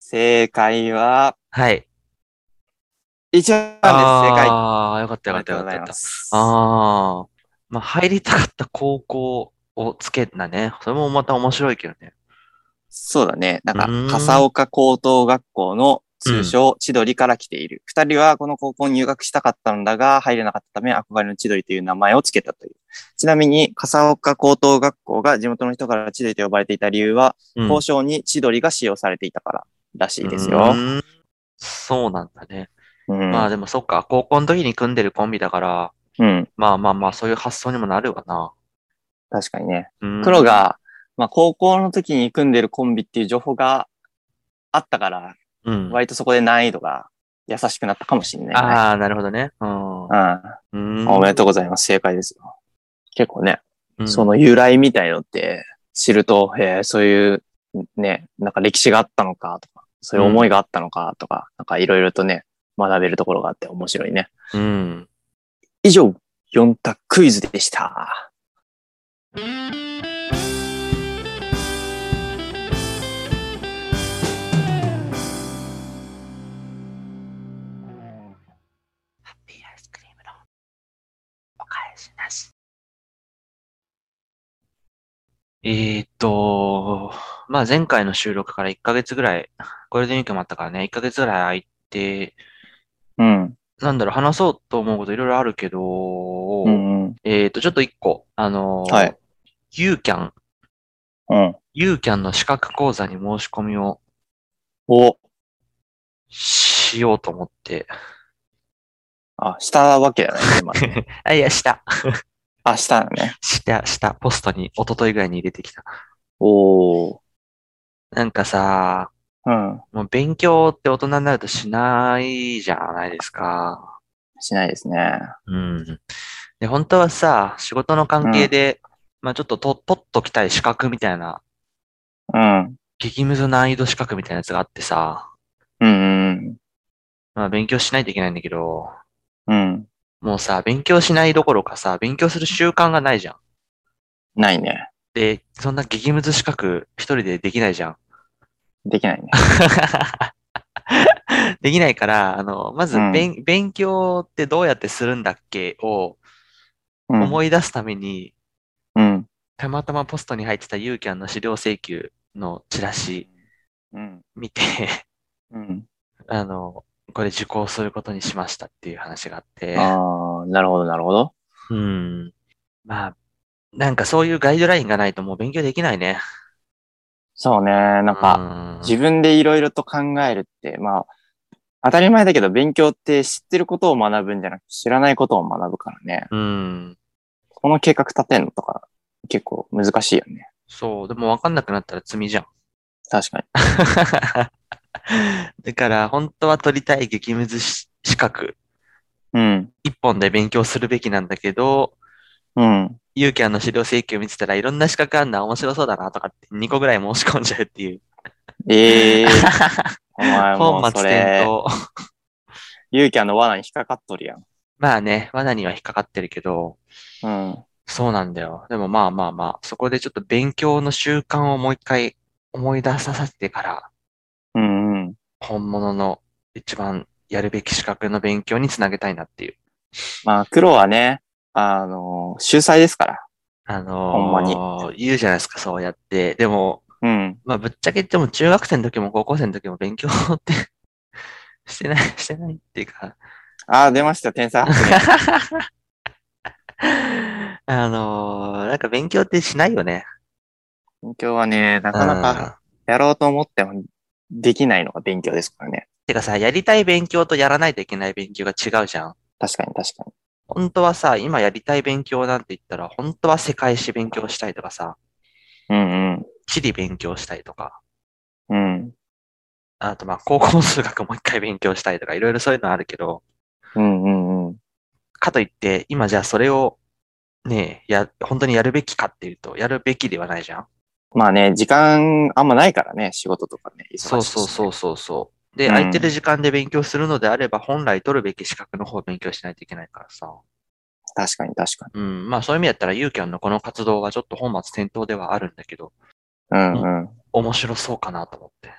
正解は、
はい。
一番です。正解。
ああ、よかったよかったよかったよかった。
す
ああ、まあ入りたかった高校をつけんだね。それもまた面白いけどね。
そうだね。なんか
うーん、
笠岡高等学校の通称、千鳥から来ている。二、人はこの高校に入学したかったのだが、入れなかったため、憧れの千鳥という名前を付けたという。ちなみに、笠岡高等学校が地元の人から千鳥と呼ばれていた理由は、
うん
交渉に千鳥が使用されていたかららしいです
う
よ。
んそうなんだね。
うん。
まあでもそっか、高校の時に組んでるコンビだから、
うん。
まあまあまあそういう発想にもなるわな。
確かにね。
うん
黒。が、まあ、高校の時に組んでるコンビっていう情報があったから、
うん。
割とそこで難易度が優しくなったかもしれない、ね。
ああ、なるほどね。うん。
うん。
うん
あおめでとうございます。正解ですよ。結構ね、
うん
その由来みたいのって知ると、えーそういう、ね、なんか歴史があったのかとか、そういう思いがあったのかとか、なんかいろいろとね、学べるところがあって面白いね。
うん。
以上、4択クイズでした。
ハッピーアイスクリームのお返しなし。えーっと、まあ前回の収録から1ヶ月ぐらい、ゴールデンウィークもあったからね、1ヶ月ぐらい空いて、
うん。
なんだろう、話そうと思うこといろいろあるけど、
うんうん。
えーっと、ちょっと1個、あのー
はい、
ユーキャン、
うん。
ユーキャンの資格講座に申し込みを
お、
しようと思 って、
あ、したわけだね、今 ね。
あ、いや、した、
あ、したのね。
した、した、ポストに一昨日ぐらいに入れてきた。
おー。
なんかさ、
うん。
もう勉強って大人になるとしないじゃないですか。
しないですね。
うん。で、本当はさ、仕事の関係で、まあちょっとと取っときたい資格みたいな、
うん。うん
激ムズ難易度資格みたいなやつがあってさ、
うん
まあ勉強しないといけないんだけど、
うん。うん。
もうさ、勉強しないどころかさ、勉強する習慣がないじゃん。
ないね。
で、そんな激ムズ資格一人でできないじゃん。
できないね。
できないから、あの、まず、
うん
勉勉強ってどうやってするんだっけを
うん。
思い出すために、
うん。
たまたまポストに入ってたユーキャンの資料請求のチラシ
うん。
見て、
うん。
あの、これ受講することにしましたっていう話があって、
ああ、なるほど、なるほど。
うん。まあ、なんかそういうガイドラインがないともう勉強できないね。
そうね。なんか、
か
自分でいろいろと考えるって、まあ、当たり前だけど、勉強って知ってることを学ぶんじゃなくて、知らないことを学ぶからね。
うん。
この計画立てんのとか、結構難しいよね。
そう、でもわかんなくなったら罪じゃん。
確かに。
だから、本当は取りたい激ムズし資格、
うん。
一本で勉強するべきなんだけど、
うん。
ユーキャンの資料請求見てたらいろんな資格あんな面白そうだなとかって2個ぐらい申し込んじゃうって いう。
ええー、お前も
本
うそ
末転
れ、
倒。
勇気あの罠に引っかかっとるやん。
まあね、罠には引っかかってるけど、
うん。
そうなんだよ。でもまあまあまあ、そこでちょっと勉強の習慣をもう一回思い出させてから、
うんうん。
本物の一番やるべき資格の勉強につなげたいなっていう。
まあ、黒はね、あの、秀才ですから。
あのー
ほんまに
言うじゃないですか、そうやって。でも、
うん。
まあぶっちゃけ言っても中学生の時も高校生の時も勉強って してない、してないっていうか、
ああ、出ました、天才発明。
あのーなんか勉強ってしないよね。
勉強はね、なかなか
うん
やろうと思ってもできないのが勉強ですからね。
てかさ、やりたい勉強とやらないといけない勉強が違うじゃん。
確かに確かに。
本当はさ、今やりたい勉強なんて言ったら、本当は世界史勉強したいとかさ、
うんうん。
地理勉強したいとか、
うん。
あとまあ高校数学もう一回勉強したいとか、いろいろそういうのあるけど、
うんうんうん。
かといって、今じゃあそれを、ねえ、や、本当にやるべきかっていうと、やるべきではないじゃん。
まあね、時間あんまないからね、仕事とかね。忙しいし
そうそうそうそうそう。で、
うん
空いてる時間で勉強するのであれば、本来取るべき資格の方を勉強しないといけないからさ。
確かに確か
うん、まあそういう意味だったら、ユーキャンのこの活動はちょっと本末転倒ではあるんだけど、
に。うんうん。
面白そうかなと思って。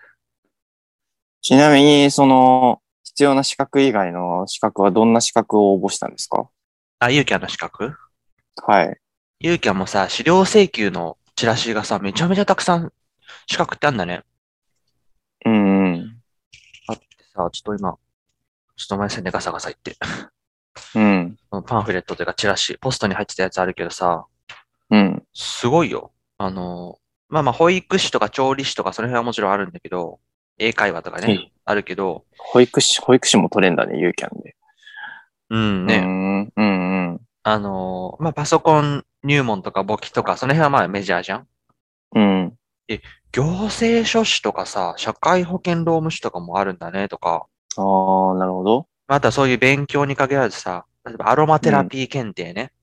ちなみに、その、必要な資格以外の資格はどんな資格を応募したんですか
あ、ユーキャンの資格
はい。
ユーキャンもさ、資料請求のチラシがさ、めちゃめちゃたくさん資格ってあんだね。
うんうん。
あってさ、ちょっと今、ちょっとお前せんでガサガサ言って。
うん。
そのパンフレットというかチラシ、ポストに入ってたやつあるけどさ、
うん。
すごいよ。あの、まあまあ、保育士とか調理師とかその辺はもちろんあるんだけど、英会話とか
は
ね
い、
あるけど、
保育士、保育士も取れんだね、ユーキャンで。
うんね、
うんうんうん。
あの、まあ、パソコン入門とか簿記とか、その辺はまあメジャーじゃん
うん。
行政書士とかさ、社会保険労務士とかもあるんだねとか、
ああ、なるほど。
またそういう勉強に限らずさ、例えばアロマテラピー検定ね、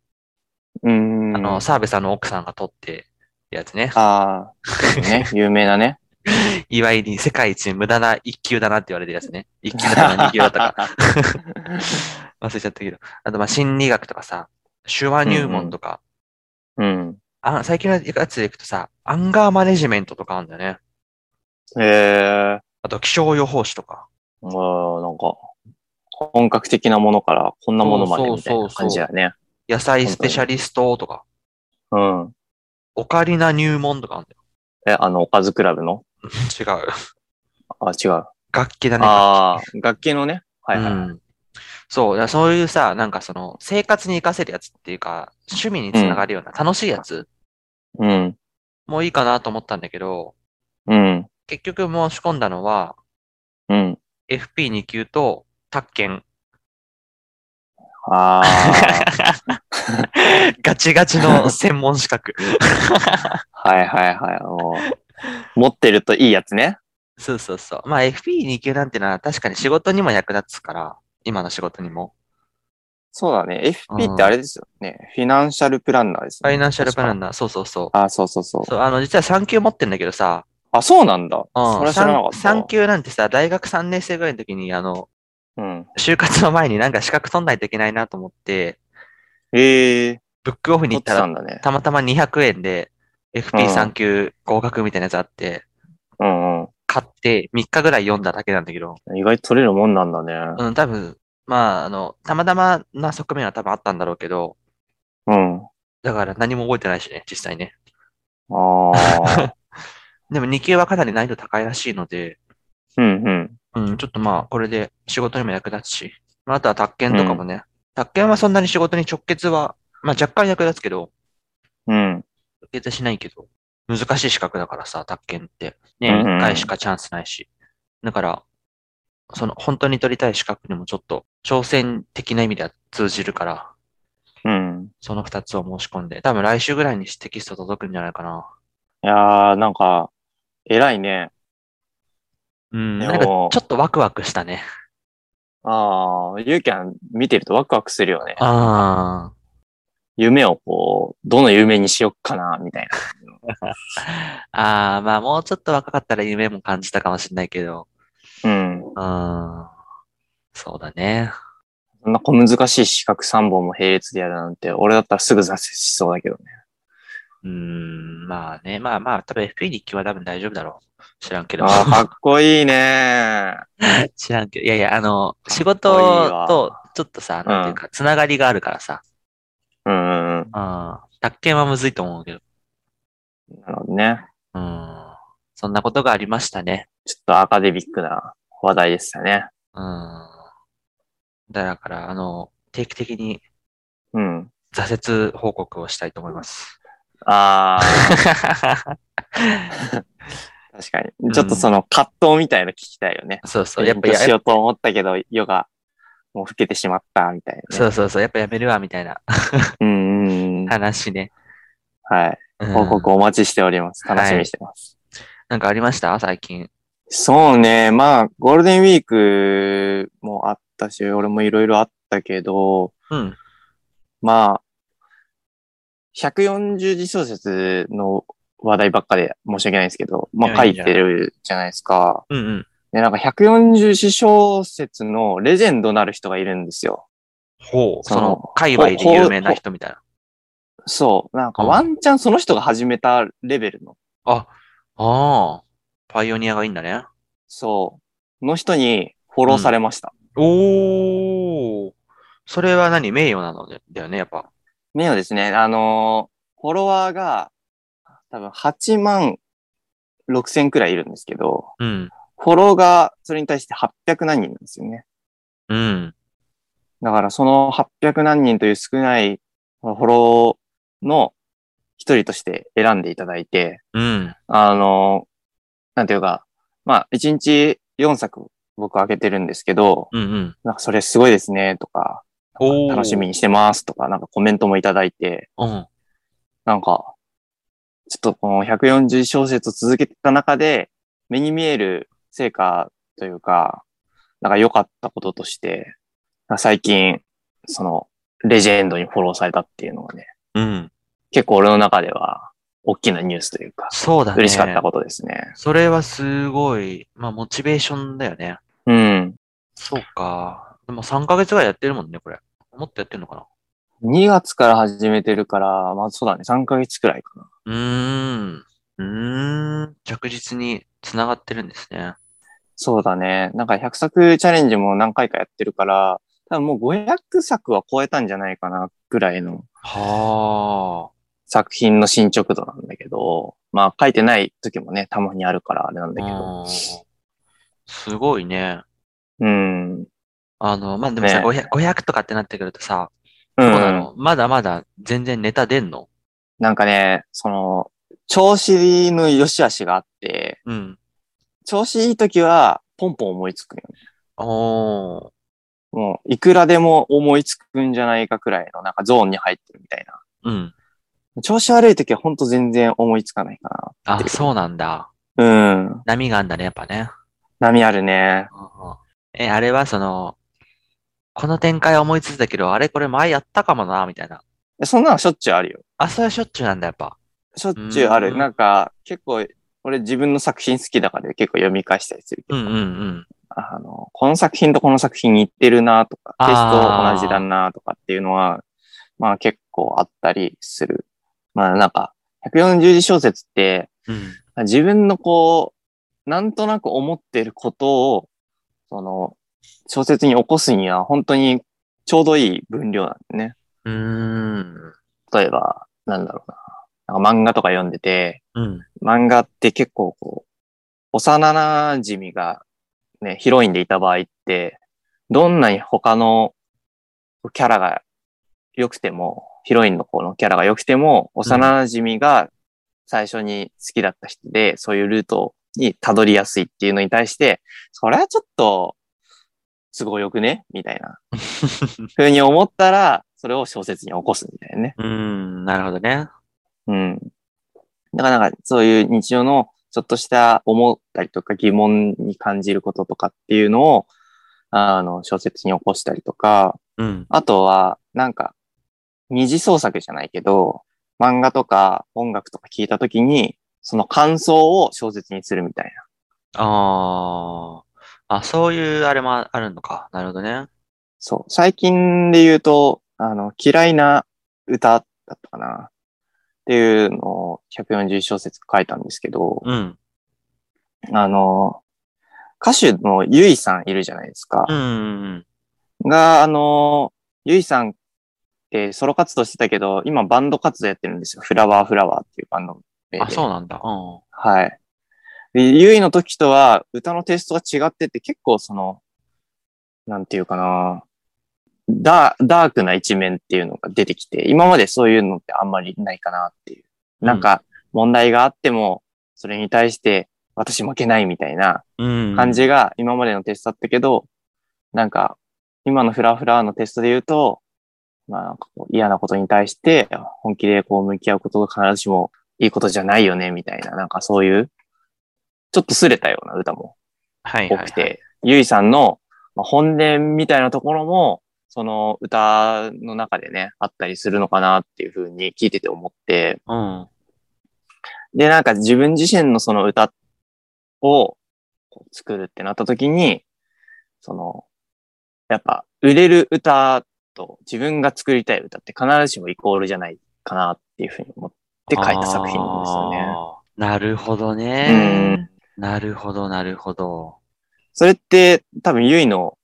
うん。
あの、澤部さんの奥さんが取ってるやつね、
ああ、ね、有名なね。
いわゆる世界一無駄な一級だなって言われてるやつね、一級だったかな二級だったか、忘れちゃったけど、あとまあ心理学とかさ、手話入門とか、
うん。
あ最近のやつでいくとさ、アンガーマネジメントとかあるんだよね。
ええ
あと気象予報士とか。
ー、あなんか、本格的なものからこんなものまでみたいな感じだね。
野菜スペシャリストとか、
うん。
オカリナ入門とかあるんだよ。
え、あの、おかずクラブの
違う。
あ、違う。
楽器だね。
ああ、楽器のね。はいはい。
うんそう、だからそういうさ、なんかその、生活に活かせるやつっていうか、趣味につながるような楽しいやつ
うん。
もいいかなと思ったんだけど、
うん。
結局申し込んだのは、
うん。
FP2 級と、宅 建。
ああ、
ガチガチの専門資格。
はいはいはい。もう、持ってるといいやつね。
そうそうそう。まあ FP2 級なんてのは確かに仕事にも役立つから、今の仕事にも。
そうだね。FP ってあれですよね。フィナンシャルプランナーです
フ
ね。
ァイナンシャルプラ
ナー。
ンナー、そうそうそう。
あ、そうそうそう。
そう、あの、実は3級持ってんだけどさ、
あ、そうなんだ。
うん、
それは知らなかった。
3, 級なんてさ、大学3年生ぐらいの時に、あの、
うん。
就活の前になんか資格取んないといけないなと思って、
ええー、
ブックオフに行っ
取っ
てた
た
ら、
んだね。
たまたま200円で
う
FP3
ん
級合格みたいなやつあって、
うんう
買って3日ぐらい読んだだけなんだけど、
ん。意外と取れるもんなんだね。
うん、多分、まあ、あの、たまたまな側面は多分あったんだろうけど、
うん。
だから何も覚えてないしね、実際ね。
あ あ。
でも2級はかなり難易度高いらしいので、
うんうん。
うん、ちょっとまあ、これで仕事にも役立つし、まあ、あとは宅建とかもね、宅建はそんなに仕事に直結は、まあ若干役立つけど、
うん。
直結はしないけど、難しい資格だからさ、宅建って。ね、
うんうん
1回しかチャンスないし。だから、その、本当に取りたい資格にもちょっと、挑戦的な意味では通じるから、
うん。
その2つを申し込んで、多分来週ぐらいにテキスト届くんじゃないかな。
いやー、なんか、偉いね。
うん、
で
なんか、ちょ
も
っとワクワクしたね。
ああ、ゆうきゃん見てるとワクワクするよね。
あ
夢をこう、どの夢にしよっかな、みたいな。
あ。 ああ、まあもうちょっと若かったら夢も感じたかもしれないけど、
う
う
ん。
ん。そうだね。
そんな小難しい四角3本も並列でやるなんて、俺だったらすぐ挫折しそうだけどね。
うん、まあね、まあまあ、多分 FP 日記は多分大丈夫だろう。知らんけど。
ああ、かっこいいね。
知らんけど。いやいや、あの、仕
かっこいい
事
わ
と、ちょっとさ、なんていうか、つながりがあるからさ。
うんうんう
う
ん。
ん。宅建はむずいと思うけど。
なるほどね。
うん。そんなことがありましたね。
ちょっとアカデミックな話題でしたね。
うん。だから、あの、定期的に
うん。
挫折報告をしたいと思います。
ああ、確かに。ちょっとその葛藤みたいなの聞きたいよね。
そうそう。や
や
っ
っ
ぱ
ぱし
や、
ようと思ったけど、世がもう老けてしまった、みたいなね、
そうそうそう、やっぱやめるわ、みたいな
うんうんうん。
話ね。
はい。
うん
報告お待ちしております。
はい
楽しみにしてます。
なんかありました最近。
そうね。まあ、ゴールデンウィークもあったし、俺もいろいろあったけど、
うん。
まあ、140字小説の話題ばっかで申し訳ないんですけど、ま
い
あ
や
書
いい
い
じゃ
て
ん
るじゃないですか。
うんうん。
で、なんか140字小説のレジェンドなる人がいるんですよ。
ほう。そ
その
の、界隈で有名な人みたいな。
そう。なんか
うん
ワンチャンその人が始めたレベルの、
あ、ああ。パイオニアがいいんだね。
そう、の人にフォローされました。
おー。それは何名誉なのだよね、やっぱ。
名誉ですね。あのーフォロワーが多分8万6千くらいいるんですけど、
うん。
フォローがそれに対して800何人なんですよね。
うん。
だからその800何人という少ないフォローの一人として選んでいただいて、
うん。
あの、なんていうか、まあ1日4作僕上げてるんですけど、
うんうん。
なんかそれすごいですねとか、
おー。
楽しみ。にしてますとか、なんかコメントもいただいて、
うん。
なんか、ちょっとこの140小節を続けてた中で、目に見える成果というか、なんか良かったこととして、最近、その、レジェンドにフォローされたっていうのがね、
うん。
結構俺の中では、大きなニュースというか、
そうだね。
嬉しかったことですね。
それはすごい、まあ、モチベーションだよね。
うん。
そうか。でも3ヶ月ぐらいやってるもんね、これ。もっとやってんのか
2月から始めてるから、まあそうだね、3ヶ月くらいかな。
なうーん。うーん。着実に繋がってるんですね。
そうだね。なんか100作チャレンジも何回かやってるから、多分もう500作は超えたんじゃないかな、ぐらいの
は
作品の進捗度なんだけど、まあ書いてない時もね、たまにあるからあれなんだけ
あ
ど。。
すごいね。
うん。うん。
あの、まあ、でもさ、
ね
500, 500とかってなってくるとさ、どうなのまだまだ全然ネタ出んの
なんかね、その、調子の良し悪しがあって、
うん。
調子いい時はポンポン思いつくよね。
おー。
もう、いくらでも思いつくんじゃないかくらいの、なんかゾーンに入ってるみたいな。
うん。
調子悪い時はほんと全然思いつかないか
あ、そうなんだ。
な。うん。
波があんだね、やっぱね。
波あるね。
え、あれはその、この展開思いついたけど、あれこれ前やったかもな、みたいな。
そんなのしょっちゅうあるよ。
あ、それはしょっちゅうなんだ、やっぱ。
しょっちゅうあ
う
る。
ん
なんか、結構、俺自分の作品好きだから結構読み返したりするけ
う
ど。
んうんうん。
あの、この作品とこの作品似てるなとか、テ
あー
イスト同じだなとかっていうのは、まあ結構あったりする。まあなんか、140字小説って、
うん。
自分のこう、なんとなく思ってることを、その、小説に起こすには本当にちょうどいい分量なんでね。
うーん。
例えば、なんだろうな。なんか漫画とか読んでて、
うん。
漫画って結構こう、幼馴染がね、ヒロインでいた場合って、どんなに他のキャラが良くても、ヒロインの子のキャラが良くても、幼馴染が最初に好きだった人で、そういうルートにたどりやすいっていうのに対して、それはちょっと、都合よくねみたいな。ふうに思ったら、それを小説に起こすみたいなね。
うーん、なるほどね。
うん。だからなんかそういう日常のちょっとした思ったりとか疑問に感じることとかっていうのを、あの、小説に起こしたりとか、
うん。
あとはなんか二次創作じゃないけど、漫画とか音楽とか聞いたときに、その感想を小説にするみたいな。
あー。あ、そういうあれもあるのか。なるほどね。
そう。最近で言うと、あの、嫌いな歌だったかな。っていうのを140小説書いたんですけど、
うん。
あの、歌手のゆいさんいるじゃないですか
う。ん。
が、あの、ゆいさんってソロ活動してたけど、今バンド活動やってるんですよ。フラワーフラワーっていうバンド名で。
あ、そうなんだ。うん。
はい。でゆいの時とは歌のテイストが違ってて、結構その、なんていうかな、ダダークな一面っていうのが出てきて、今までそういうのってあんまりないかなっていう。なんか、問題があっても、それに対して私負けないみたいな、
うん、
感じが今までのテストだったけど、なんか、今のフラフラのテストで言うと、まあなんかこう嫌なことに対して本気でこう向き合うことが必ずしもいいことじゃないよね、みたいな、なんかそういう、ちょっと擦れたような歌も
はい
多
はい、
く
はい。
て、ゆいさんのまあ本音みたいなところも、その歌の中でね、あったりするのかなっていうふうに聞いてて思って、
うん。
で、なんか自分自身のその歌をこう作るってなった時に、その、やっぱ売れる歌と自分が作りたい歌って必ずしもイコールじゃないかなっていうふうに思って書いた作品なんですよね。
あーなるほど
う
ね。
ん。
なるほど、なるほど。
それって多分ゆいの、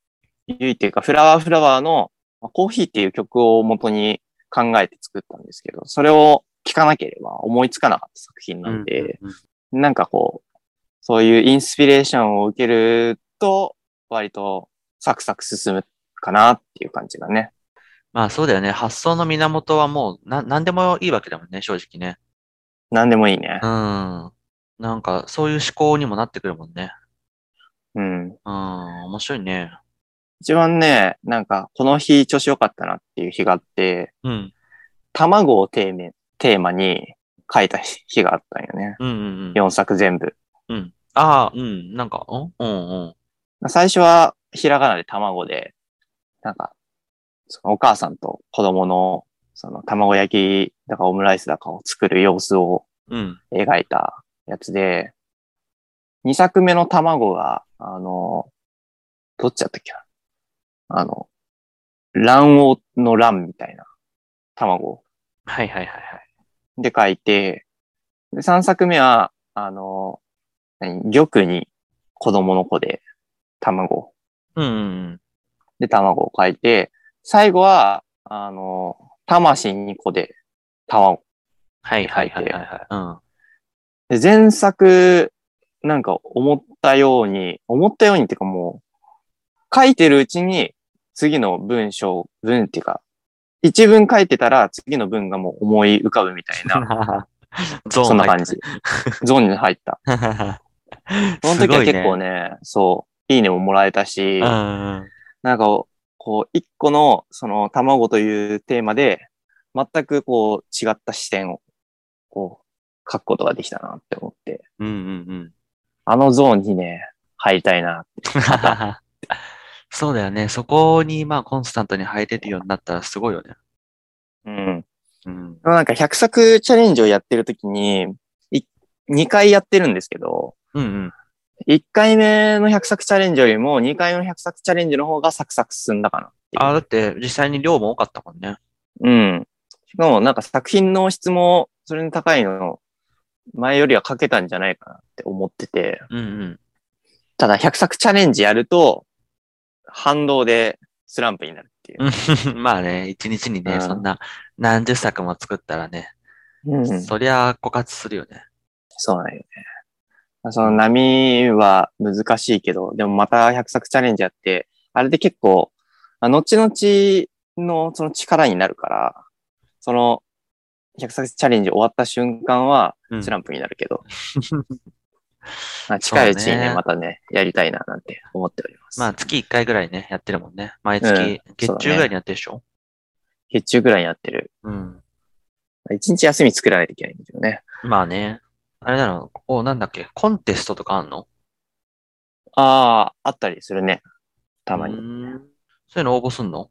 ゆいっていうかフラワーフラワーのまあコーヒーっていう曲を元に考えて作ったんですけど、それを聴かなければ思いつかなかった作品なんで、
うんうんうん
なんかこう、そういうインスピレーションを受けると、割とサクサク進むかなっていう感じがね。
まあそうだよね。発想の源はもう、な、なんでもいいわけだもんね、正直ね。
なんでもいいね
う。ん。なんか、そういう思考にもなってくるもんね。
うん。
うん、面白いね。
一番ね、なんか、この日調子良かったなっていう日があって、
うん。
卵をテーマテーマに書いた日があったんよね。
うんうんうん。
4作全部。
うん。ああ、うん。なんか、うんうんうん。
最初はひらがなで卵で、なんか、そのお母さんと子供の、その卵焼きだかオムライスだかを作る様子を
うん。
描いたやつで、2作目の卵が、あの、どっちだったっけなあの、卵黄の卵みたいな卵
はいはいはいはい。
で書いて、で3作目は、あの、何玉に子供の子で卵
うんうんうん。
で、卵を書いて、最後は、あの、魂2個で、卵。
はいはいはいはいはい。うん。
で、前作、なんか思ったように、思ったようにっていうかもう、書いてるうちに、次の文章、文っていうか、一文書いてたら、次の文がもう思い浮かぶみたいな、
ゾーン
そんな
入
感
っ
じ。ゾーンに入った。
た。
その時は結
すご
構
いね。
ね、そう、いいねももらえたし、
うんうん。
なんか、こう、一個の、その、卵というテーマで、全くこう、違った視点を、こう、書くことができたなって思って、
うんうんうん。
あのゾーンにね、入りたいなって。
そうだよね。そこに、まあ、コンスタントに入れるようになったらすごいよね。
うん。
うん。
でもなんか、100作チャレンジをやってるときに、い2回やってるんですけど、
うんうん。
1回目の100作チャレンジよりも、2回目の100作チャレンジの方がサクサク進んだかなっていう
あ、だって、実際に量も多かったもんね。
うん。しかもなんか作品の質もそれに高いの、前よりはかけたんじゃないかなって思ってて、
うんうん。
ただ100作チャレンジやると、反動でスランプになるって いう。
まあね、一日にね、
うん
そんな何十作も作ったらね、
うん
そりゃ枯渇するよね。
そうなんよね。その波は難しいけど、でもまた100作チャレンジやって、あれで結構、あ後々のその力になるから、その100作チャレンジ終わった瞬間は
うん
スランプになるけ ど、まあ近いうちに
そう
ね、
ね
またね、やりたいななんて思っております。
まあ、月1回ぐらいね、やってるもんね。毎
う
月
ん、
月中ぐらいにやってるでしょ
月中ぐらいにやってる。
うん。
一日休み作らないといけないんだけどね。
まあね。あれなの、お、なんだっけ、コンテストとかあんの
ああ、あったりするね。たま
う
に。
ーんそういうの応募すんの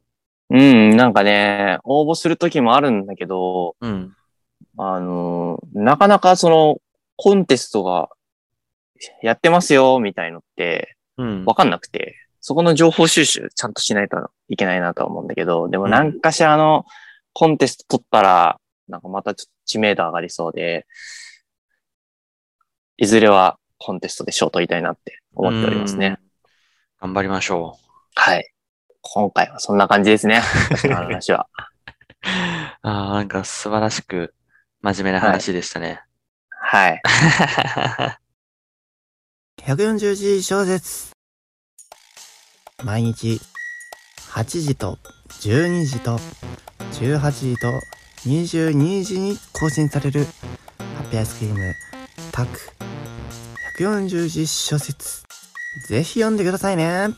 うん、なんかね、応募するときもあるんだけど、
うん。
あのーなかなかその、コンテストがやってますよ、みたいのって、
うん。
わかんなくて、そこの情報収集ちゃんとしないといけないなとは思うんだけど、でもなんかしらの、コンテスト取ったら、なんかまたちょっと知名度上がりそうで、いずれはコンテストで賞取りたいなって思っておりますね。
うん。頑張りましょう。
はい。今回はそんな感じですね。私の話は。
あ あ、なんか素晴らしく真面目な話でした ね。
はい。
140字小説。毎日、8時と12時と18時と22時に更新される、ハッピーアイスクリーム、タク。140字小説。ぜひ読んでくださいね。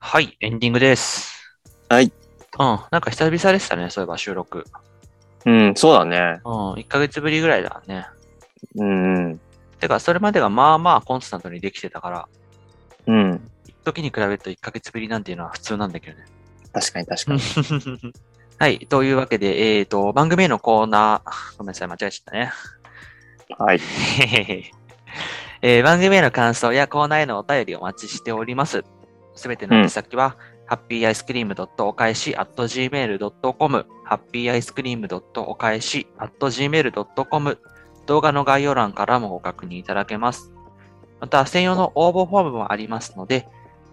はい、エンディングです。
はい。
うん、なんか久々でしたね、そういえば収録。
うん、そうだね。
うん、1ヶ月ぶりぐらいだね。
うん、うん。
てか、それまでがまあまあコンスタントにできてたから、
うん。
一時に比べると1ヶ月ぶりなんていうのは普通なんだけどね。
確かに 確かに。
はい、というわけで、えっ、と、番組へのコーナー、ごめんなさい、間違えちゃったね。
はい。
へへへ えー番組への感想やコーナーへのお便りをお待ちしております。すべての宛先は、ハッピーアイスクリームお返し .gmail.com、ハッピーアイスクリームお返し .gmail.com、動画の概要欄からもご確認いただけます。また、専用の応募フォームもありますので、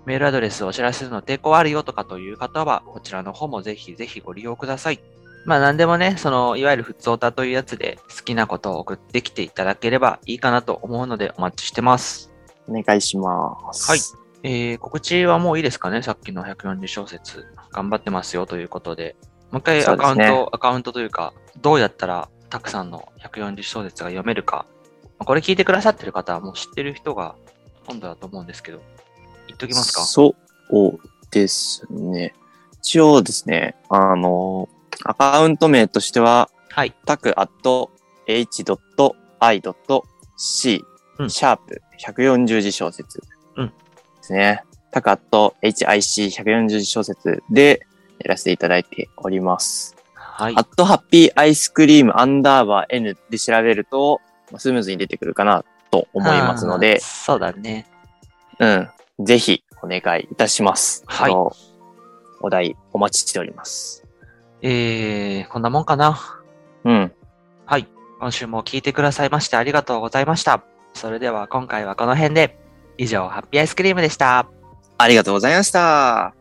メールアドレスをお知らせするの抵抗あるよとかという方は、こちらの方もぜひぜひご利用ください。まあ何でもね、その、いわゆる普通歌というやつで好きなことを送ってきていただければいいかなと思うのでお待ちしてます。
お願いします。
はい。えー、告知はもういいですかねさっきの140小節、頑張ってますよということで。もう一回
そう
ア
で
カウ
す
ント、
ね
アカウントというか、どうやったらたくさんの140小節が読めるか。まあこれ聞いてくださってる方はもう知ってる人がほとんどだと思うんですけど、言っときますか
そうですね。一応ですね、あの、アカウント名としては、
はい。
タクアット h.i.c、
うん
シャープ140字小説。
うん
ですね。タクアット hic140 字小説でやらせていただいております。
はい
ア。ットハッピーアイスクリームアンダーバー N で調べると、まあスムーズに出てくるかなと思いますの
あ
で
ー、そうだね。
うん。ぜひお願いいたします。
はい
あのお題お待ちしております。
えー、こんなもんかな。
うん。
はい。今週も聞いてくださいましてありがとうございました。それでは今回はこの辺で。以上、ハッピーアイスクリームでした。
ありがとうございました。